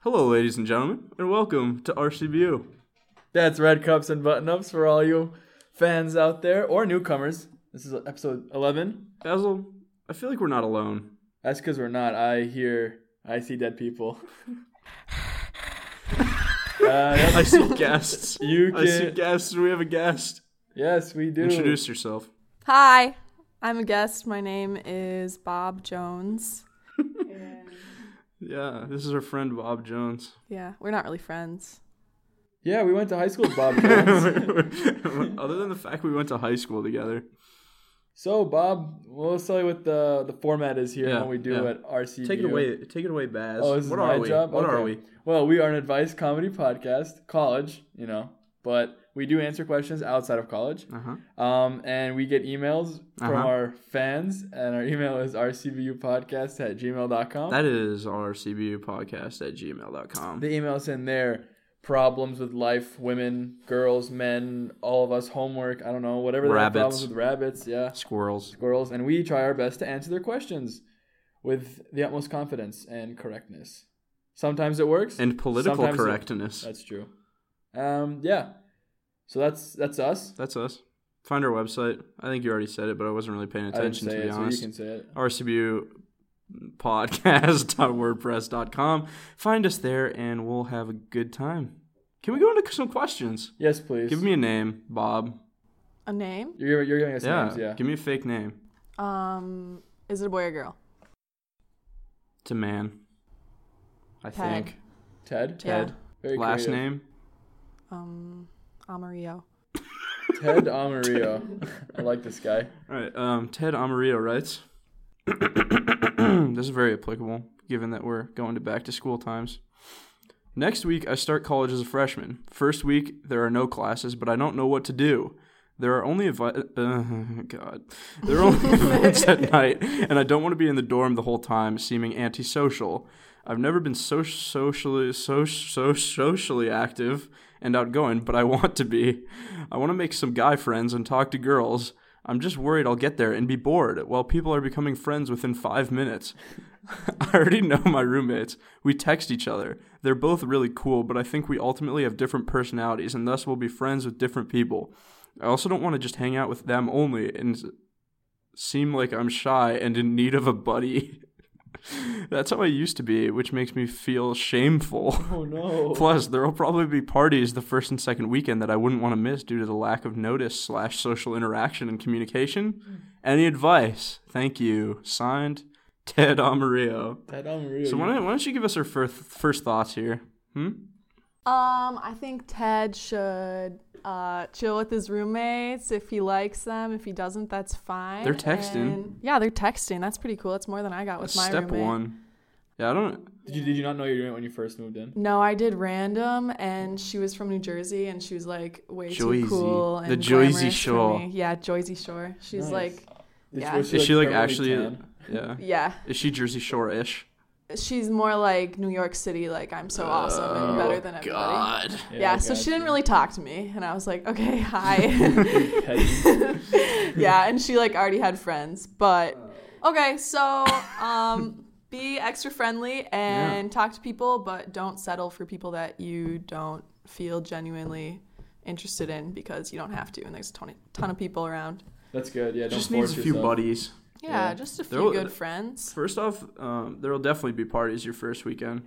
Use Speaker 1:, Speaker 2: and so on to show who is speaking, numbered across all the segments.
Speaker 1: Hello, ladies and gentlemen, and welcome to RCBU.
Speaker 2: That's red cups and button ups for all you fans out there or newcomers. This is episode 11.
Speaker 1: Basil, I feel like we're not alone.
Speaker 2: That's because we're not. I hear, I see dead people. uh, yep.
Speaker 1: I see guests.
Speaker 2: You
Speaker 1: I see
Speaker 2: can-
Speaker 1: guests, and we have a guest.
Speaker 2: yes, we do.
Speaker 1: Introduce yourself.
Speaker 3: Hi, I'm a guest. My name is Bob Jones.
Speaker 1: Yeah, this is our friend Bob Jones.
Speaker 3: Yeah, we're not really friends.
Speaker 2: Yeah, we went to high school with Bob Jones.
Speaker 1: Other than the fact we went to high school together,
Speaker 2: so, Bob, we'll tell you what the, the format is here
Speaker 1: Yeah,
Speaker 2: and what we do
Speaker 1: yeah.
Speaker 2: at RCU.
Speaker 1: take it away. Take it away, Baz.
Speaker 2: Oh, this is
Speaker 1: what
Speaker 2: my
Speaker 1: are we?
Speaker 2: job?
Speaker 1: What are
Speaker 2: Okay.
Speaker 1: we?
Speaker 2: Well, we are an advice comedy podcast, college, you know, but we do answer questions outside of college.
Speaker 1: Uh huh.
Speaker 2: Um, and we get emails from
Speaker 1: Uh-huh.
Speaker 2: our fans, and our email is rcbupodcast at gmail.com.
Speaker 1: That is our CBU podcast at gmail.com.
Speaker 2: the emails in there problems with life, women, girls, men, all of us, homework, I don't know, whatever they have
Speaker 1: Rabbits.
Speaker 2: problems with rabbits, yeah,
Speaker 1: Squirrels.
Speaker 2: squirrels, and we try our best to answer their questions with the utmost confidence and correctness. Sometimes it works,
Speaker 1: And political
Speaker 2: Sometimes it-
Speaker 1: correctness.
Speaker 2: that's true. Um, yeah. So that's that's us.
Speaker 1: That's us. Find our website. I think you already said it, but I wasn't really paying
Speaker 2: I didn't
Speaker 1: attention
Speaker 2: say
Speaker 1: to be
Speaker 2: it, so you
Speaker 1: honest.
Speaker 2: can say it.
Speaker 1: RCBU podcast.wordpress.com. Find us there and we'll have a good time. Can we go into some questions?
Speaker 2: Yes, please.
Speaker 1: Give me a name, Bob.
Speaker 3: A name?
Speaker 2: You're, you're giving us
Speaker 1: Yeah.
Speaker 2: names, yeah.
Speaker 1: Give me a fake name.
Speaker 3: Um, is it a boy or girl?
Speaker 1: It's a man. I
Speaker 3: Ted.
Speaker 1: think.
Speaker 2: Ted.
Speaker 3: Ted.
Speaker 2: Very
Speaker 1: Last
Speaker 2: creative.
Speaker 1: name?
Speaker 3: Um, Amarillo.
Speaker 2: Ted Amarillo. I like this guy.
Speaker 1: All right. Um, Ted Amarillo writes This is very applicable given that we're going to back to school times. Next week, I start college as a freshman. First week, there are no classes, but I don't know what to do. There are only evi- uh, God. There are only events at night, and I don't want to be in the dorm the whole time, seeming antisocial. I've never been so socially so so socially active and outgoing, but I want to be. I want to make some guy friends and talk to girls. I'm just worried I'll get there and be bored while people are becoming friends within five minutes. I already know my roommates. We text each other. They're both really cool, but I think we ultimately have different personalities and thus will be friends with different people. I also don't want to just hang out with them only and s- seem like I'm shy and in need of a buddy. That's how I used to be, which makes me feel shameful.
Speaker 2: Oh no.
Speaker 1: Plus, there will probably be parties the first and second weekend that I wouldn't want to miss due to the lack of notice slash social interaction and
Speaker 3: Hmm.
Speaker 1: communication. Any advice? Thank you. Signed, Ted Amarillo.
Speaker 2: Ted Amarillo.
Speaker 1: So why don't, why don't you give us our first first thoughts here? Hmm.
Speaker 3: Um, I think Ted should uh, chill with his roommates if he likes them. If he doesn't, that's fine.
Speaker 1: They're texting.
Speaker 3: And- yeah, they're texting. That's pretty cool. That's more than I got with my
Speaker 1: Step
Speaker 3: roommate.
Speaker 1: one. Yeah, I don't.
Speaker 2: did you did you not know you were doing it when you first moved in?
Speaker 3: No, I did random, and she was from New Jersey, and she was like way
Speaker 1: Jersey.
Speaker 3: too cool. And
Speaker 1: The Jersey
Speaker 3: glamorous for
Speaker 1: Shore.
Speaker 3: me. Yeah, Jersey Shore. She's
Speaker 2: Nice.
Speaker 3: like,
Speaker 2: Did
Speaker 3: Yeah.
Speaker 2: was
Speaker 1: Is she like
Speaker 2: permanently
Speaker 1: actually?
Speaker 2: tan?
Speaker 1: Yeah.
Speaker 3: yeah,
Speaker 1: Is she Jersey Shore ish?
Speaker 3: she's more like New York City. Like I'm so awesome and better than everybody.
Speaker 1: Oh, God.
Speaker 3: Yeah, so she didn't
Speaker 2: gotcha.
Speaker 3: really talk to me, and I was like, okay, hi.
Speaker 2: Petty.
Speaker 3: yeah, and she like already had friends, but
Speaker 1: Oh.
Speaker 3: okay, so um, be extra friendly and talk to people, but don't settle for people that you don't feel genuinely interested in because you don't have to, and there's a ton, ton of people around.
Speaker 2: That's good. Yeah, don't
Speaker 1: Just
Speaker 2: force
Speaker 1: needs a few
Speaker 2: yourself.
Speaker 1: buddies.
Speaker 3: Yeah,
Speaker 2: Yeah.
Speaker 3: just a
Speaker 1: There
Speaker 3: few
Speaker 1: will-
Speaker 3: good friends.
Speaker 1: First off, um, there will definitely be parties your first weekend,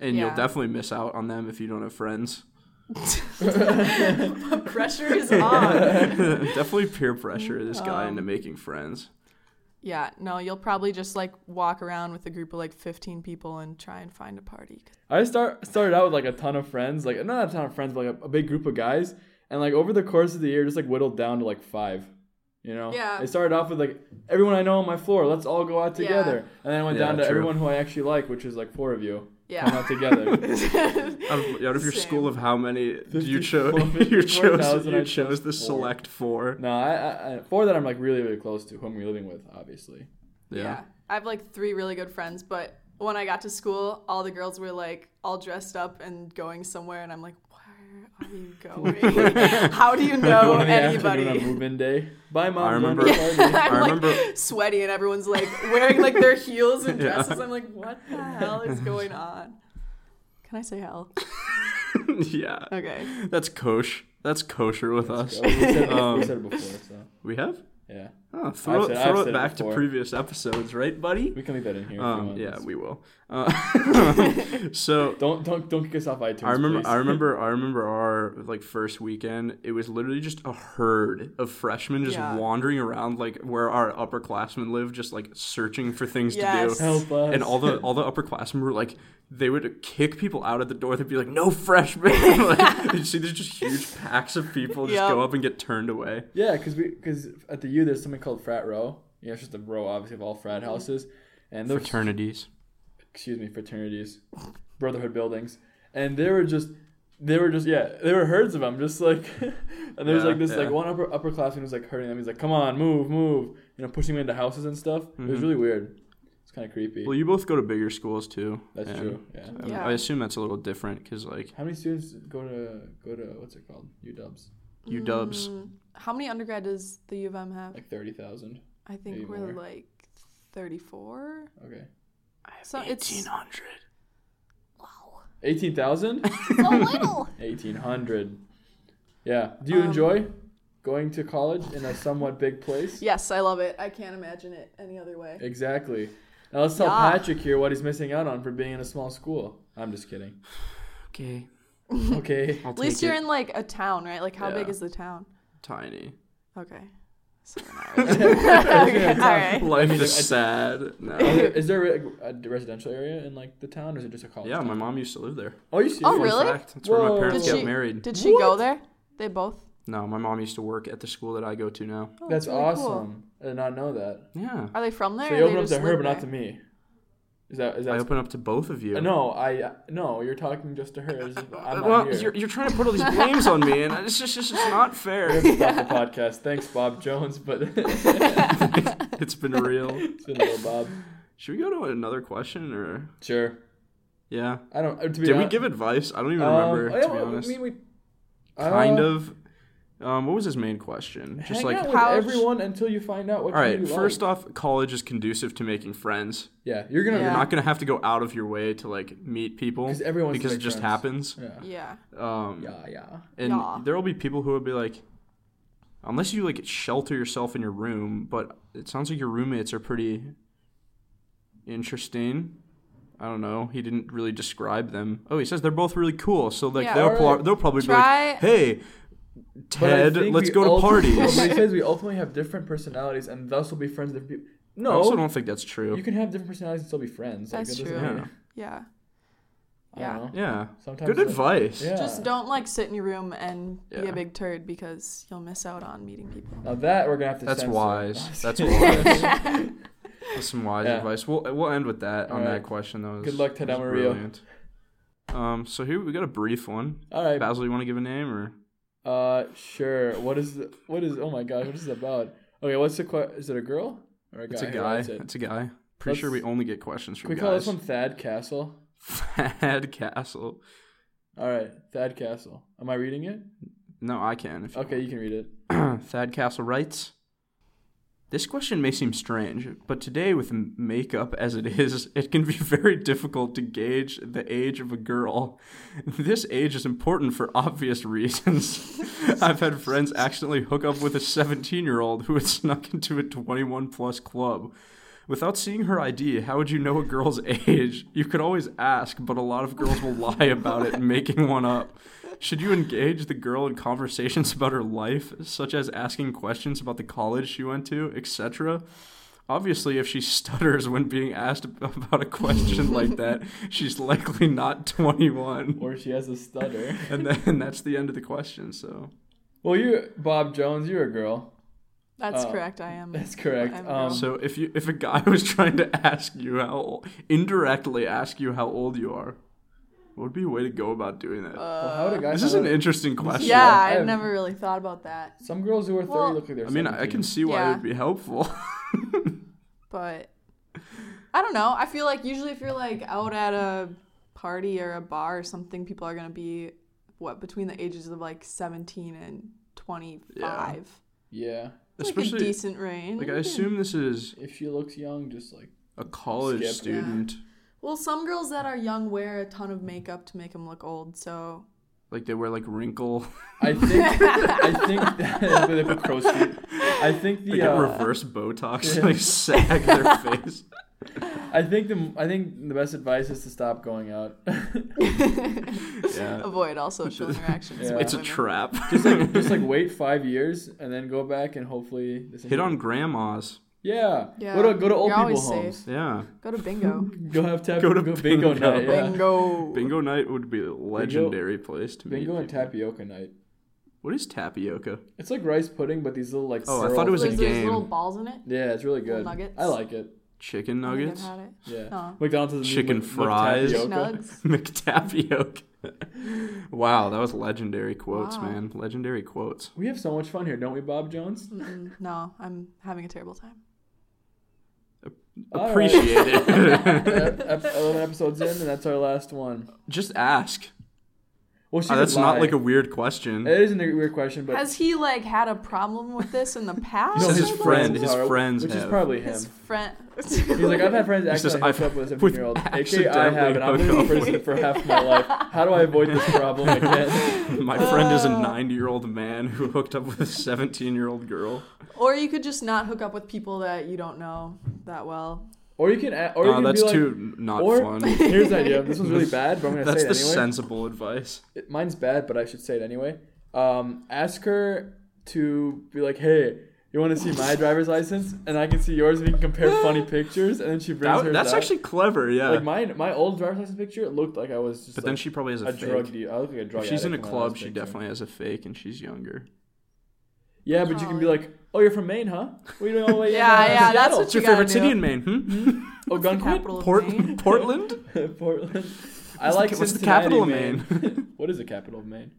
Speaker 1: and you'll
Speaker 3: Yeah.
Speaker 1: definitely miss out on them if you don't have friends.
Speaker 3: Pressure is on.
Speaker 1: definitely peer pressure this guy into making friends.
Speaker 3: Yeah, no, you'll probably just like walk around with a group of like 15 people and try and find a party.
Speaker 2: I start started out with like a ton of friends, like not a ton of friends, but like a, a big group of guys, and like over the course of the year, just like whittled down to like five. You know,
Speaker 3: Yeah.
Speaker 2: It started off with like everyone I know on my floor. Let's all go out
Speaker 3: Yeah.
Speaker 2: together, and then I went
Speaker 1: Yeah,
Speaker 2: down to
Speaker 1: true.
Speaker 2: everyone who I actually like, which is like four of you. Come
Speaker 3: Yeah.
Speaker 2: out together.
Speaker 1: Out of, out of your
Speaker 3: Same.
Speaker 1: school of how many do you
Speaker 2: 54,
Speaker 1: chose? You chose.
Speaker 2: 54,000, I
Speaker 1: You
Speaker 2: chose
Speaker 1: chose the
Speaker 2: four.
Speaker 1: select four.
Speaker 2: no, I, I, I four that I'm like really really close to, who I'm living with, obviously.
Speaker 3: Yeah. I have like three really good friends, but when I got to school, all the girls were like all dressed up and going somewhere, and I'm like, where are you going? How do you know
Speaker 2: One in the afternoon on
Speaker 3: anybody?
Speaker 2: move-in day. Bye, mom.
Speaker 1: I remember-
Speaker 2: Join the party.
Speaker 3: I'm
Speaker 1: I
Speaker 3: like
Speaker 1: remember-
Speaker 3: sweaty, and everyone's like wearing like their heels and
Speaker 1: Yeah.
Speaker 3: dresses. I'm like, what the hell is going on? Can I say hell?
Speaker 1: yeah.
Speaker 3: Okay.
Speaker 1: That's kosh. That's kosher with us.
Speaker 2: We said,
Speaker 1: Um,
Speaker 2: we said it before, so
Speaker 1: We have?
Speaker 2: yeah,
Speaker 1: Oh, throw
Speaker 2: said-
Speaker 1: it,
Speaker 2: I've
Speaker 1: throw
Speaker 2: said
Speaker 1: it
Speaker 2: it
Speaker 1: back to
Speaker 2: before.
Speaker 1: previous episodes, right, buddy?
Speaker 2: we can leave that in here. if you
Speaker 1: Um,
Speaker 2: want.
Speaker 1: yeah,
Speaker 2: It's-
Speaker 1: we will. Uh, so
Speaker 2: don't don't don't kick us off iTunes.
Speaker 1: I remember,
Speaker 2: please.
Speaker 1: I remember, I remember our like first weekend. It was literally just a herd of freshmen just
Speaker 3: Yeah.
Speaker 1: wandering around like where our upperclassmen live, just like searching for things
Speaker 3: Yes.
Speaker 1: to do.
Speaker 2: Help us.
Speaker 1: And all the all the upperclassmen were like, they would kick people out at the door. They'd be like, "No freshmen!" like, you see, there's just huge packs of people just
Speaker 3: Yep.
Speaker 1: go up and get turned away.
Speaker 2: Yeah, because we because at the U there's something called frat row. You know, it's just a row obviously of all frat
Speaker 1: Mm-hmm.
Speaker 2: houses, and those
Speaker 1: Fraternities.
Speaker 2: excuse me fraternities, brotherhood buildings, and they were just they were just yeah there were herds of them just like and there's
Speaker 1: Yeah,
Speaker 2: like this
Speaker 1: yeah.
Speaker 2: like one upper upperclassman who's like hurting them. He's like, come on, move, move, you know, pushing them into houses and stuff. It was really weird. It's kind of creepy.
Speaker 1: Mm-hmm. Well, you both go to bigger schools too.
Speaker 2: That's
Speaker 1: and,
Speaker 2: true. Yeah.
Speaker 1: um,
Speaker 3: Yeah.
Speaker 1: I assume that's a little different because like
Speaker 2: How many students go to go to what's it called U Dubs?
Speaker 1: you dubs.
Speaker 3: Mm, how many undergrad does the U of M have?
Speaker 2: Like thirty thousand.
Speaker 3: I think
Speaker 2: maybe more.
Speaker 3: we're like 34.
Speaker 2: Okay.
Speaker 3: So it's
Speaker 1: hundred.
Speaker 3: wow.
Speaker 2: Eighteen thousand.
Speaker 3: So little.
Speaker 2: Eighteen hundred. Yeah. Do you
Speaker 3: Um,
Speaker 2: enjoy going to college in a somewhat big place?
Speaker 3: Yes, I love it. I can't imagine it any other way.
Speaker 2: Exactly. Now let's tell
Speaker 3: Yeah.
Speaker 2: Patrick here what he's missing out on for being in a small school. I'm just kidding.
Speaker 1: Okay.
Speaker 2: Okay.
Speaker 1: I'll
Speaker 3: At least
Speaker 1: take
Speaker 3: you're
Speaker 1: it.
Speaker 3: in like a town, right? Like how big
Speaker 1: Yeah.
Speaker 3: is the town?
Speaker 1: tiny.
Speaker 3: Okay. So we're not really- okay. All right.
Speaker 1: Life
Speaker 2: mean,
Speaker 1: is
Speaker 2: I-
Speaker 1: sad.
Speaker 2: Are
Speaker 1: No.
Speaker 2: there- is there a, a residential area in like the town, or is it just a college?
Speaker 1: Yeah,
Speaker 2: town?
Speaker 1: my mom used to live there.
Speaker 2: Oh, you see?
Speaker 3: Oh, really?
Speaker 1: In fact, that's where my
Speaker 2: Whoa.
Speaker 1: parents
Speaker 3: Did
Speaker 1: got
Speaker 3: she-
Speaker 1: married.
Speaker 3: Did she go there? They both.
Speaker 1: No, my mom used to work at the school that I go to now.
Speaker 3: Oh,
Speaker 2: That's
Speaker 3: really cool.
Speaker 2: awesome. I did not know that.
Speaker 1: Yeah.
Speaker 3: Are they from there?
Speaker 2: So
Speaker 3: or
Speaker 2: you
Speaker 3: they
Speaker 2: open up
Speaker 3: just
Speaker 2: to her,
Speaker 3: live
Speaker 2: but not to
Speaker 3: there?
Speaker 2: me. Is that is
Speaker 1: I
Speaker 2: that?
Speaker 1: open up to both of you. Uh,
Speaker 2: no, I no. You're talking just to her. As if I'm not
Speaker 1: Well,
Speaker 2: here.
Speaker 1: you're, you're trying to put all these blames on me, and it's just, it's just not fair.
Speaker 2: We're gonna stop the podcast. Thanks, Bob Jones, but it's
Speaker 1: it's been real.
Speaker 2: been a little Bob.
Speaker 1: Should we go to another question, or
Speaker 2: Sure.
Speaker 1: yeah?
Speaker 2: I don't. To be
Speaker 1: Did we
Speaker 2: hon-
Speaker 1: give advice? I don't even
Speaker 2: Um,
Speaker 1: remember.
Speaker 2: I
Speaker 1: to
Speaker 2: don't-
Speaker 1: be honest,
Speaker 2: I mean, we
Speaker 1: kind
Speaker 2: uh,
Speaker 1: of. Um, what was his main question?
Speaker 2: Hang
Speaker 1: Just like,
Speaker 2: out
Speaker 1: all
Speaker 2: with
Speaker 3: How-
Speaker 2: everyone until you find out what. All
Speaker 1: right.
Speaker 2: You
Speaker 1: First
Speaker 2: like.
Speaker 1: off, college is conducive to making friends.
Speaker 2: yeah, you're gonna.
Speaker 3: Yeah.
Speaker 1: You're not gonna have to go out of your way to like meet people
Speaker 2: 'Cause everyone wants to
Speaker 1: because it
Speaker 2: make
Speaker 1: just
Speaker 2: friends.
Speaker 1: happens.
Speaker 2: Yeah.
Speaker 3: Yeah.
Speaker 1: Um,
Speaker 2: Yeah, yeah.
Speaker 1: and
Speaker 3: Yeah.
Speaker 1: there will be people who will be like, unless you like shelter yourself in your room, but it sounds like your roommates are pretty interesting. I don't know. He didn't really describe them. Oh, he says they're both really cool. So like
Speaker 3: Yeah.
Speaker 1: they'll
Speaker 2: Alright.
Speaker 1: pro- they'll probably
Speaker 3: Try-
Speaker 1: be like, hey,
Speaker 2: But I
Speaker 1: Ted,
Speaker 2: think
Speaker 1: let's
Speaker 2: we
Speaker 1: go to
Speaker 2: ulti-
Speaker 1: parties.
Speaker 2: But he says we ultimately have different personalities, and thus will be friends with different people.
Speaker 1: I also
Speaker 2: No,
Speaker 1: don't think that's true.
Speaker 2: you can have different personalities and still be friends. Like,
Speaker 3: That's
Speaker 2: that doesn't
Speaker 3: true.
Speaker 2: mean-
Speaker 3: Yeah.
Speaker 2: I don't know.
Speaker 1: yeah.
Speaker 2: Sometimes
Speaker 1: Good
Speaker 2: that-
Speaker 1: advice.
Speaker 2: Yeah.
Speaker 3: Just don't like sit in your room and be
Speaker 1: Yeah.
Speaker 3: a big turd because you'll miss out on meeting people.
Speaker 2: Now that we're gonna have to.
Speaker 1: That's
Speaker 2: censor.
Speaker 1: wise. That's wise. That's some wise
Speaker 2: Yeah.
Speaker 1: advice. We'll we'll end with that on
Speaker 2: All right.
Speaker 1: that question though.
Speaker 2: Good luck, Ted
Speaker 1: It was
Speaker 2: Amarillo.
Speaker 1: brilliant. Um, so here we got a brief one.
Speaker 2: All right.
Speaker 1: Basil, you want to give a name or
Speaker 2: Uh, sure. What is the, what is? Oh my god, what is it about? Okay, what's the que- Is it a girl or a guy?
Speaker 1: it's a
Speaker 2: Who
Speaker 1: guy?
Speaker 2: writes it?
Speaker 1: It's a guy. Pretty sure we
Speaker 2: Let's-
Speaker 1: only get questions
Speaker 2: Can
Speaker 1: from
Speaker 2: we call this
Speaker 1: guys.
Speaker 2: one Thad Castle?
Speaker 1: Thad Castle.
Speaker 2: All right, Thad Castle. Am I reading it?
Speaker 1: No, I can. If
Speaker 2: Okay, you can read it.
Speaker 1: Thad Castle writes This question may seem strange, but today, with m- makeup as it is, it can be very difficult to gauge the age of a girl. This age is important for obvious reasons. I've had friends accidentally hook up with a 17 year old who had snuck into a 21 plus club. Without seeing her ID, how would you know a girl's age? You could always ask, but a lot of girls will lie about it, making one up. Should you engage the girl in conversations about her life, such as asking questions about the college she went to, etc.? Obviously, if she stutters when being asked ab- about a question like that, she's likely not 21.
Speaker 2: Or she has a stutter.
Speaker 1: And then that's the end of the question. So,
Speaker 2: well, you, Bob Jones, you're a girl.
Speaker 3: That's
Speaker 2: Uh,
Speaker 3: correct. I am.
Speaker 2: That's correct.
Speaker 3: I'm a
Speaker 2: Um,
Speaker 3: girl.
Speaker 1: so if you if a guy was trying to ask you how old, indirectly ask you how old you are, what would be a way to go about doing that?
Speaker 2: well, how would a guy?
Speaker 1: this is
Speaker 2: find
Speaker 1: an
Speaker 2: out-
Speaker 1: interesting question.
Speaker 3: uh, Yeah,
Speaker 2: I
Speaker 3: I've
Speaker 2: am-
Speaker 3: never really thought about that,
Speaker 2: Some girls who are thirty
Speaker 3: Well-
Speaker 2: look like they're.
Speaker 1: I mean, I can
Speaker 2: 17.
Speaker 1: see why it
Speaker 3: Yeah.
Speaker 1: would be helpful.
Speaker 3: but I don't know. I feel like usually if you're like out at a party or a bar or something, people are gonna be what between the ages of like 17 and 25.
Speaker 2: Yeah,
Speaker 3: It's like a
Speaker 1: Especially
Speaker 3: decent range.
Speaker 1: like I assume this is
Speaker 2: if she looks young, just like
Speaker 1: a college
Speaker 2: Skip.
Speaker 1: student.
Speaker 3: Well, some girls that are young wear a ton of makeup to make them look old. So
Speaker 1: Like they wear like wrinkle,
Speaker 2: I think I think they put crow's feet. I think the
Speaker 1: like a
Speaker 2: uh,
Speaker 1: reverse Botox, to
Speaker 2: Yeah.
Speaker 1: like sag their face.
Speaker 2: I think the I think the best advice is to stop going out.
Speaker 1: Yeah.
Speaker 3: avoid all social interactions.
Speaker 2: Yeah.
Speaker 3: with
Speaker 1: It's a
Speaker 3: women.
Speaker 1: trap.
Speaker 2: just like just like wait five years and then go back and hopefully this
Speaker 1: Hit on grandmas.
Speaker 2: Yeah.
Speaker 3: Yeah.
Speaker 2: Go to go to old
Speaker 3: You're
Speaker 2: people
Speaker 3: always
Speaker 2: homes.
Speaker 1: Yeah.
Speaker 3: Go to bingo.
Speaker 2: Go have tap.
Speaker 1: Go
Speaker 2: Go
Speaker 1: to
Speaker 2: to bingo,
Speaker 1: bingo.
Speaker 2: night. Yeah. Bingo,
Speaker 3: Bingo.
Speaker 1: Bingo night would be a legendary place to meet.
Speaker 2: and
Speaker 1: people.
Speaker 2: tapioca night.
Speaker 1: What is tapioca?
Speaker 2: It's like rice pudding, but these little like.
Speaker 1: Oh, I
Speaker 2: swirl
Speaker 1: thought it was a
Speaker 3: There's
Speaker 2: things.
Speaker 3: those
Speaker 1: game.
Speaker 3: little balls in it.
Speaker 2: Yeah, it's really good.
Speaker 3: Little nuggets. Oh.
Speaker 2: I like it.
Speaker 1: Chicken
Speaker 3: I think I've
Speaker 1: nuggets?
Speaker 3: had it.
Speaker 2: Yeah.
Speaker 3: No.
Speaker 2: McDonald's has a new
Speaker 1: Chicken
Speaker 2: Mc-
Speaker 1: fries.
Speaker 2: McTapioca.
Speaker 3: Schnugs.
Speaker 1: McTapioca. wow, that was legendary quotes,
Speaker 3: Wow.
Speaker 1: man. Legendary quotes.
Speaker 2: We have so much fun here, don't we, Bob Jones?
Speaker 3: Mm-mm. No, I'm having a terrible time.
Speaker 2: All right.
Speaker 1: Appreciate it.
Speaker 2: Ep- ep- Eleven episodes in, and that's our last one.
Speaker 1: Just ask.
Speaker 2: Well, she
Speaker 1: Uh,
Speaker 2: could
Speaker 1: that's not
Speaker 2: lie.
Speaker 1: like a weird question.
Speaker 2: It isn't a weird question, but
Speaker 3: Has he like had a problem with this in the past?
Speaker 1: says his
Speaker 3: I'd like
Speaker 1: friend-
Speaker 3: to
Speaker 1: his
Speaker 2: are-
Speaker 1: friends
Speaker 2: which
Speaker 1: have.
Speaker 2: is probably him.
Speaker 3: His friend.
Speaker 2: He's like, I've had friends
Speaker 1: He says,
Speaker 2: accidentally hook
Speaker 1: "I've-
Speaker 2: up with a
Speaker 1: with
Speaker 2: 17-year-old. AKA, I have, and I'm
Speaker 1: accidentally
Speaker 2: the
Speaker 1: hooked up
Speaker 2: person for half my life. How do I avoid this problem again?
Speaker 1: My friend is a
Speaker 2: Oh.
Speaker 1: nine year old man who hooked up with a 17 year old girl.
Speaker 3: or you could just not hook up with people that you don't know that well.
Speaker 2: Or you can, a- or you
Speaker 1: Uh,
Speaker 2: can
Speaker 1: that's
Speaker 2: be like,
Speaker 1: too n- not
Speaker 2: or-
Speaker 1: fun.
Speaker 2: here's an idea. This one's really bad, but I'm gonna
Speaker 1: That's
Speaker 2: say
Speaker 1: the
Speaker 2: it anyway.
Speaker 1: sensible advice.
Speaker 2: It- Mine's bad, but I should say it anyway. Um, ask her to be like, hey. You want to see my driver's license, and I can see yours, and we can compare funny pictures. And then she brings
Speaker 1: That-
Speaker 2: her.
Speaker 1: that's actually clever, yeah.
Speaker 2: like mine. My old driver's license picture looked like I was just
Speaker 1: but
Speaker 2: like,
Speaker 1: then she probably has a,
Speaker 2: a
Speaker 1: fake.
Speaker 2: drug dealer. I look like a drug.
Speaker 1: if she's in a
Speaker 2: addict when I was
Speaker 1: club, she
Speaker 2: picture.
Speaker 1: definitely has a fake and she's younger.
Speaker 2: Yeah, but you can be
Speaker 3: Probably.
Speaker 2: like, "Oh, you're from Maine, huh? What are you doing all the way in,
Speaker 3: Yeah,
Speaker 2: uh,
Speaker 3: yeah, that's
Speaker 2: Seattle?
Speaker 3: what
Speaker 1: What's your
Speaker 3: you gotta
Speaker 1: favorite city
Speaker 3: do.
Speaker 1: in Maine? Hmm?
Speaker 2: Oh,
Speaker 3: What's the
Speaker 2: Gunquit?
Speaker 3: capital of Maine?
Speaker 1: Port- Portland?
Speaker 2: Portland. I
Speaker 1: What's
Speaker 2: like
Speaker 1: the- what's the
Speaker 2: Cincinnati,
Speaker 1: capital of
Speaker 2: what is the capital of Maine?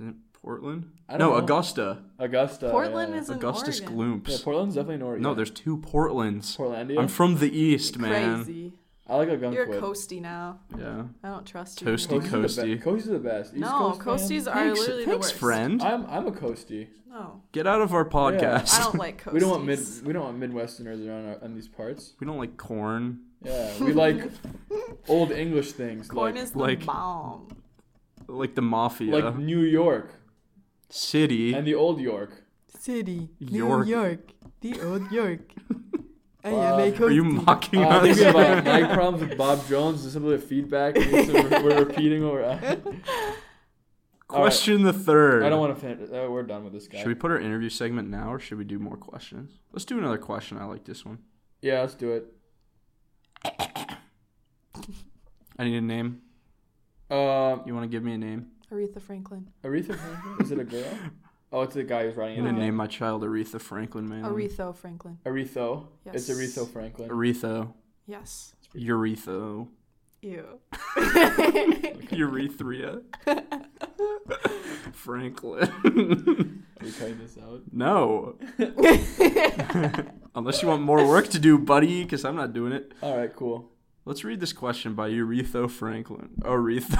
Speaker 1: Isn't it Portland?
Speaker 2: I
Speaker 1: No,
Speaker 2: don't know.
Speaker 1: Augusta.
Speaker 2: Augusta.
Speaker 3: Portland
Speaker 2: yeah.
Speaker 3: is in
Speaker 1: Augustus
Speaker 3: Oregon.
Speaker 1: Gloomps.
Speaker 2: Yeah, Portland's definitely in Oregon.
Speaker 1: No, there's two Portlands.
Speaker 2: Portlandia.
Speaker 1: I'm from the east, man.
Speaker 3: Crazy.
Speaker 2: I like
Speaker 3: You're
Speaker 2: Algonquin.
Speaker 3: coasty now.
Speaker 1: Yeah.
Speaker 3: I don't trust you.
Speaker 1: Toasty
Speaker 3: anymore.
Speaker 1: coast.
Speaker 2: Coasty's the be-
Speaker 1: Coasty.
Speaker 2: Coasty's the best. East
Speaker 3: No,
Speaker 2: Coast, man.
Speaker 3: coasties are
Speaker 1: Thanks,
Speaker 3: literally
Speaker 1: thanks,
Speaker 3: the worst.
Speaker 1: friend.
Speaker 2: I'm I'm a coastie.
Speaker 3: No,
Speaker 1: Get out of our podcast.
Speaker 3: I don't like coasties.
Speaker 2: We don't want mid we don't want Midwesterners around our, on these parts.
Speaker 1: we don't like corn.
Speaker 2: Yeah, we like old English things
Speaker 3: Corn
Speaker 2: like
Speaker 3: is the
Speaker 1: like-
Speaker 3: bomb.
Speaker 1: Like the mafia.
Speaker 2: like New York
Speaker 1: City.
Speaker 2: and the old York.
Speaker 3: City,
Speaker 1: York.
Speaker 3: York, the old York. I
Speaker 2: am a
Speaker 1: Are you mocking
Speaker 2: Uh, I think
Speaker 1: us?
Speaker 2: we have uh, mic problems with Bob Jones and some of the feedback we need some- we're repeating over. uh,
Speaker 1: Question the third.
Speaker 2: I don't want to finish. Uh, we're done with this guy.
Speaker 1: Should we put our interview segment now or should we do more questions? Let's do another question. I like this one.
Speaker 2: Yeah, let's do it.
Speaker 1: I need a name.
Speaker 2: Um,
Speaker 1: You want to give me a name?
Speaker 3: Aretha Franklin.
Speaker 2: Aretha Franklin? Is it a girl? Oh, it's the guy who's
Speaker 1: I'm
Speaker 2: running
Speaker 1: going
Speaker 2: it.
Speaker 1: to name my child Aretha Franklin, man.
Speaker 3: Aretha Franklin.
Speaker 2: Aretho. It's
Speaker 3: Yes.
Speaker 2: Aretho Franklin.
Speaker 1: Aretha.
Speaker 3: Yes.
Speaker 1: Uretho.
Speaker 3: Ew.
Speaker 1: Urethria. Franklin.
Speaker 2: Are we cutting this out?
Speaker 1: no. Unless you want more work to do, buddy, because I'm not doing it.
Speaker 2: All right, cool.
Speaker 1: Let's read this question by Uretho Franklin. Aretho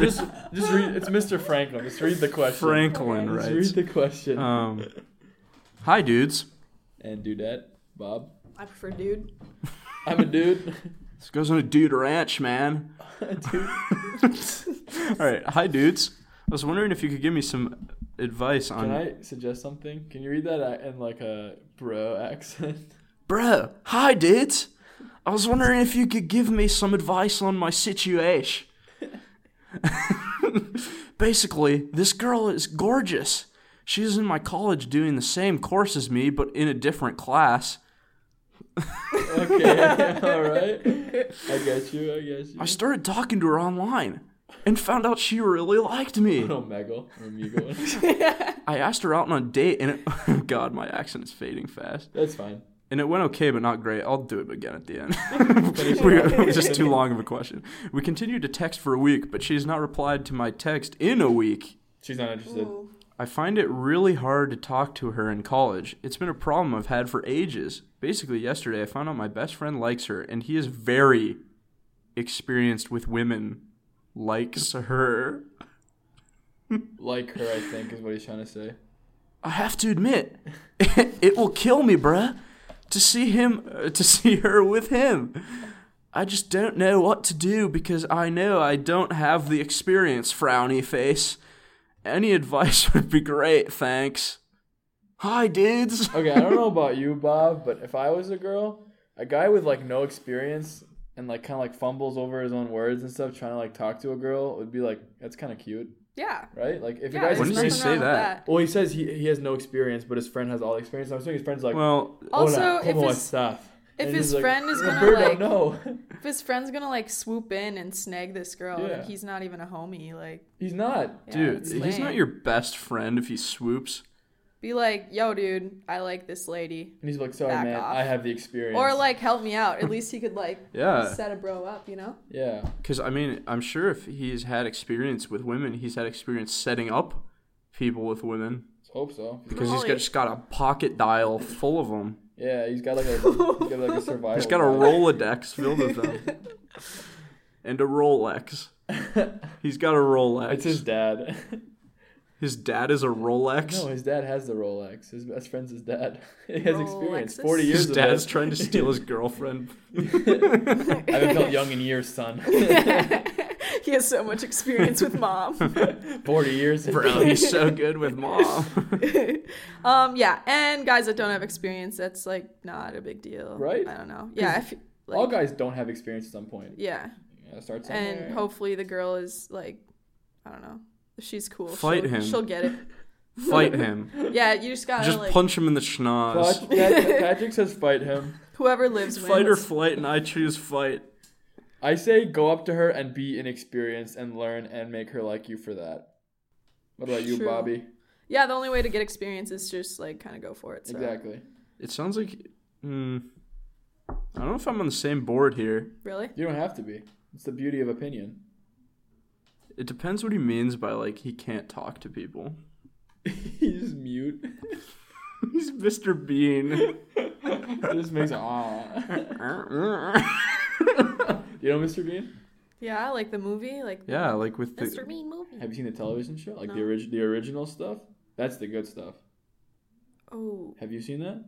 Speaker 2: just, just read. It's Mr. Franklin. Just read the question.
Speaker 1: Franklin
Speaker 2: Just
Speaker 1: writes.
Speaker 2: read the question.
Speaker 1: Um, Hi, dudes.
Speaker 2: and dudette, Bob.
Speaker 3: I prefer dude.
Speaker 2: I'm a dude.
Speaker 1: This goes on a dude ranch, man.
Speaker 2: dude.
Speaker 1: All right. Hi, dudes. I was wondering if you could give me some advice on.
Speaker 2: Can I suggest something? Can you read that uh, in like a bro accent?
Speaker 1: Bro, hi, dudes. I was wondering if you could give me some advice on my situation. Basically, this girl is gorgeous. She's in my college doing the same course as me, but in a different class.
Speaker 2: okay, all right. I get you. I get you.
Speaker 1: I started talking to her online and found out she really liked me.
Speaker 2: no Megal or Megal.
Speaker 1: I asked her out on a date, and it, God, my accent is fading fast.
Speaker 2: That's fine.
Speaker 1: And it went okay, but not great. I'll do it again at the end.
Speaker 2: Finish it
Speaker 1: we,
Speaker 2: off.
Speaker 1: it was just too long of a question. We continued to text for a week, but she's not replied to my text in a week.
Speaker 2: She's not interested.
Speaker 3: Ooh.
Speaker 1: I find it really hard to talk to her in college. It's been a problem I've had for ages. Basically, yesterday I found out my best friend likes her, and he is very experienced with women. Likes her.
Speaker 2: Like her, I think, is what he's trying to say.
Speaker 1: I have to admit, it will kill me, bruh, to see him, uh, to see her with him. I just don't know what to do because I know I don't have the experience, frowny face. Any advice would be great, thanks. Hi, dudes.
Speaker 2: Okay, I don't know about you, Bob, but if I was a girl, a guy with like no experience and like kind of like fumbles over his own words and stuff, trying to like talk to a girl, would be like that's kind of cute,
Speaker 3: Yeah.
Speaker 2: right? Like if
Speaker 3: yeah
Speaker 2: a guy's
Speaker 1: Wouldn't
Speaker 3: there's
Speaker 1: you
Speaker 2: experience-
Speaker 3: nothing
Speaker 1: say
Speaker 3: wrong with
Speaker 1: that?
Speaker 2: well, he says he, he has no experience, but his friend has all the experience. I'm assuming his friend's like,
Speaker 1: Well,
Speaker 3: Also, if
Speaker 2: como
Speaker 3: his,
Speaker 2: esta?"
Speaker 3: if
Speaker 2: And
Speaker 3: his
Speaker 2: he's like,
Speaker 3: friend is
Speaker 2: "The
Speaker 3: gonna,
Speaker 2: bird don't
Speaker 3: like-
Speaker 2: know.
Speaker 3: if his friend's gonna like swoop in and snag this girl,
Speaker 2: Yeah.
Speaker 3: and he's not even a homie. Like,
Speaker 2: he's not.
Speaker 3: yeah,
Speaker 1: dude,
Speaker 3: it's
Speaker 1: he's
Speaker 3: lame.
Speaker 1: not your best friend if he swoops.
Speaker 3: Be like, yo, dude, I like this lady,
Speaker 2: And he's like, sorry,
Speaker 3: Back
Speaker 2: man,
Speaker 3: off.
Speaker 2: I have the experience.
Speaker 3: or like, help me out. At least he could like
Speaker 1: Yeah.
Speaker 3: set a bro up, you know?
Speaker 2: yeah,
Speaker 1: Because, I mean, I'm sure if he's had experience with women, he's had experience setting up people with women.
Speaker 2: let's hope so.
Speaker 1: Because he's got,
Speaker 3: Golly.
Speaker 1: just got a pocket dial full of them.
Speaker 2: Yeah, he's got like a, he's got like a survival.
Speaker 1: He's got a
Speaker 2: guide.
Speaker 1: Rolodex filled with them. and a Rolex. He's got a Rolex.
Speaker 2: It's his dad.
Speaker 1: His dad is a
Speaker 2: no,
Speaker 1: Rolex.
Speaker 2: his dad has the Rolex. His best friend's his dad. he has experience.
Speaker 3: Rolexes?
Speaker 2: Forty years.
Speaker 1: his
Speaker 2: of
Speaker 1: dad's
Speaker 2: it.
Speaker 1: trying to steal his girlfriend.
Speaker 2: I haven't felt young in years, son.
Speaker 3: he has so much experience with mom.
Speaker 2: Forty years.
Speaker 1: Bro, he's so good with mom.
Speaker 3: um, yeah, and guys that don't have experience, that's like not a big deal,
Speaker 2: Right?
Speaker 3: I don't know. Yeah, if, like,
Speaker 2: All guys don't have experience at some point.
Speaker 3: yeah,
Speaker 2: You gotta start somewhere.
Speaker 3: and hopefully the girl is like, I don't know, if she's cool.
Speaker 1: Fight
Speaker 3: she'll,
Speaker 1: him.
Speaker 3: She'll get it.
Speaker 1: Fight him.
Speaker 3: Yeah, you just gotta
Speaker 1: Just
Speaker 3: like
Speaker 1: punch him in the schnoz.
Speaker 2: Pat- Pat- Patrick says fight him.
Speaker 3: whoever lives wins.
Speaker 1: Fight or flight, and I choose fight.
Speaker 2: I say go up to her and be inexperienced and learn and make her like you for that. What about you,
Speaker 3: True.
Speaker 2: Bobby?
Speaker 3: yeah, the only way to get experience is just like kind of go for it. So.
Speaker 2: Exactly.
Speaker 1: It sounds like. Hmm. I don't know if I'm on the same board here.
Speaker 3: Really?
Speaker 2: You don't have to be. It's the beauty of opinion.
Speaker 1: It depends what he means by, like, he can't talk to people.
Speaker 2: He's mute.
Speaker 1: He's Mr. Bean.
Speaker 2: this makes a ah. You know Mr. Bean?
Speaker 3: Yeah, like the movie, like the
Speaker 1: yeah, like with the.
Speaker 3: Mr. Bean movie.
Speaker 2: Have you seen the television show? Like the
Speaker 3: No.
Speaker 2: orig- the original stuff? That's the good stuff.
Speaker 3: Oh,
Speaker 2: Have you seen that?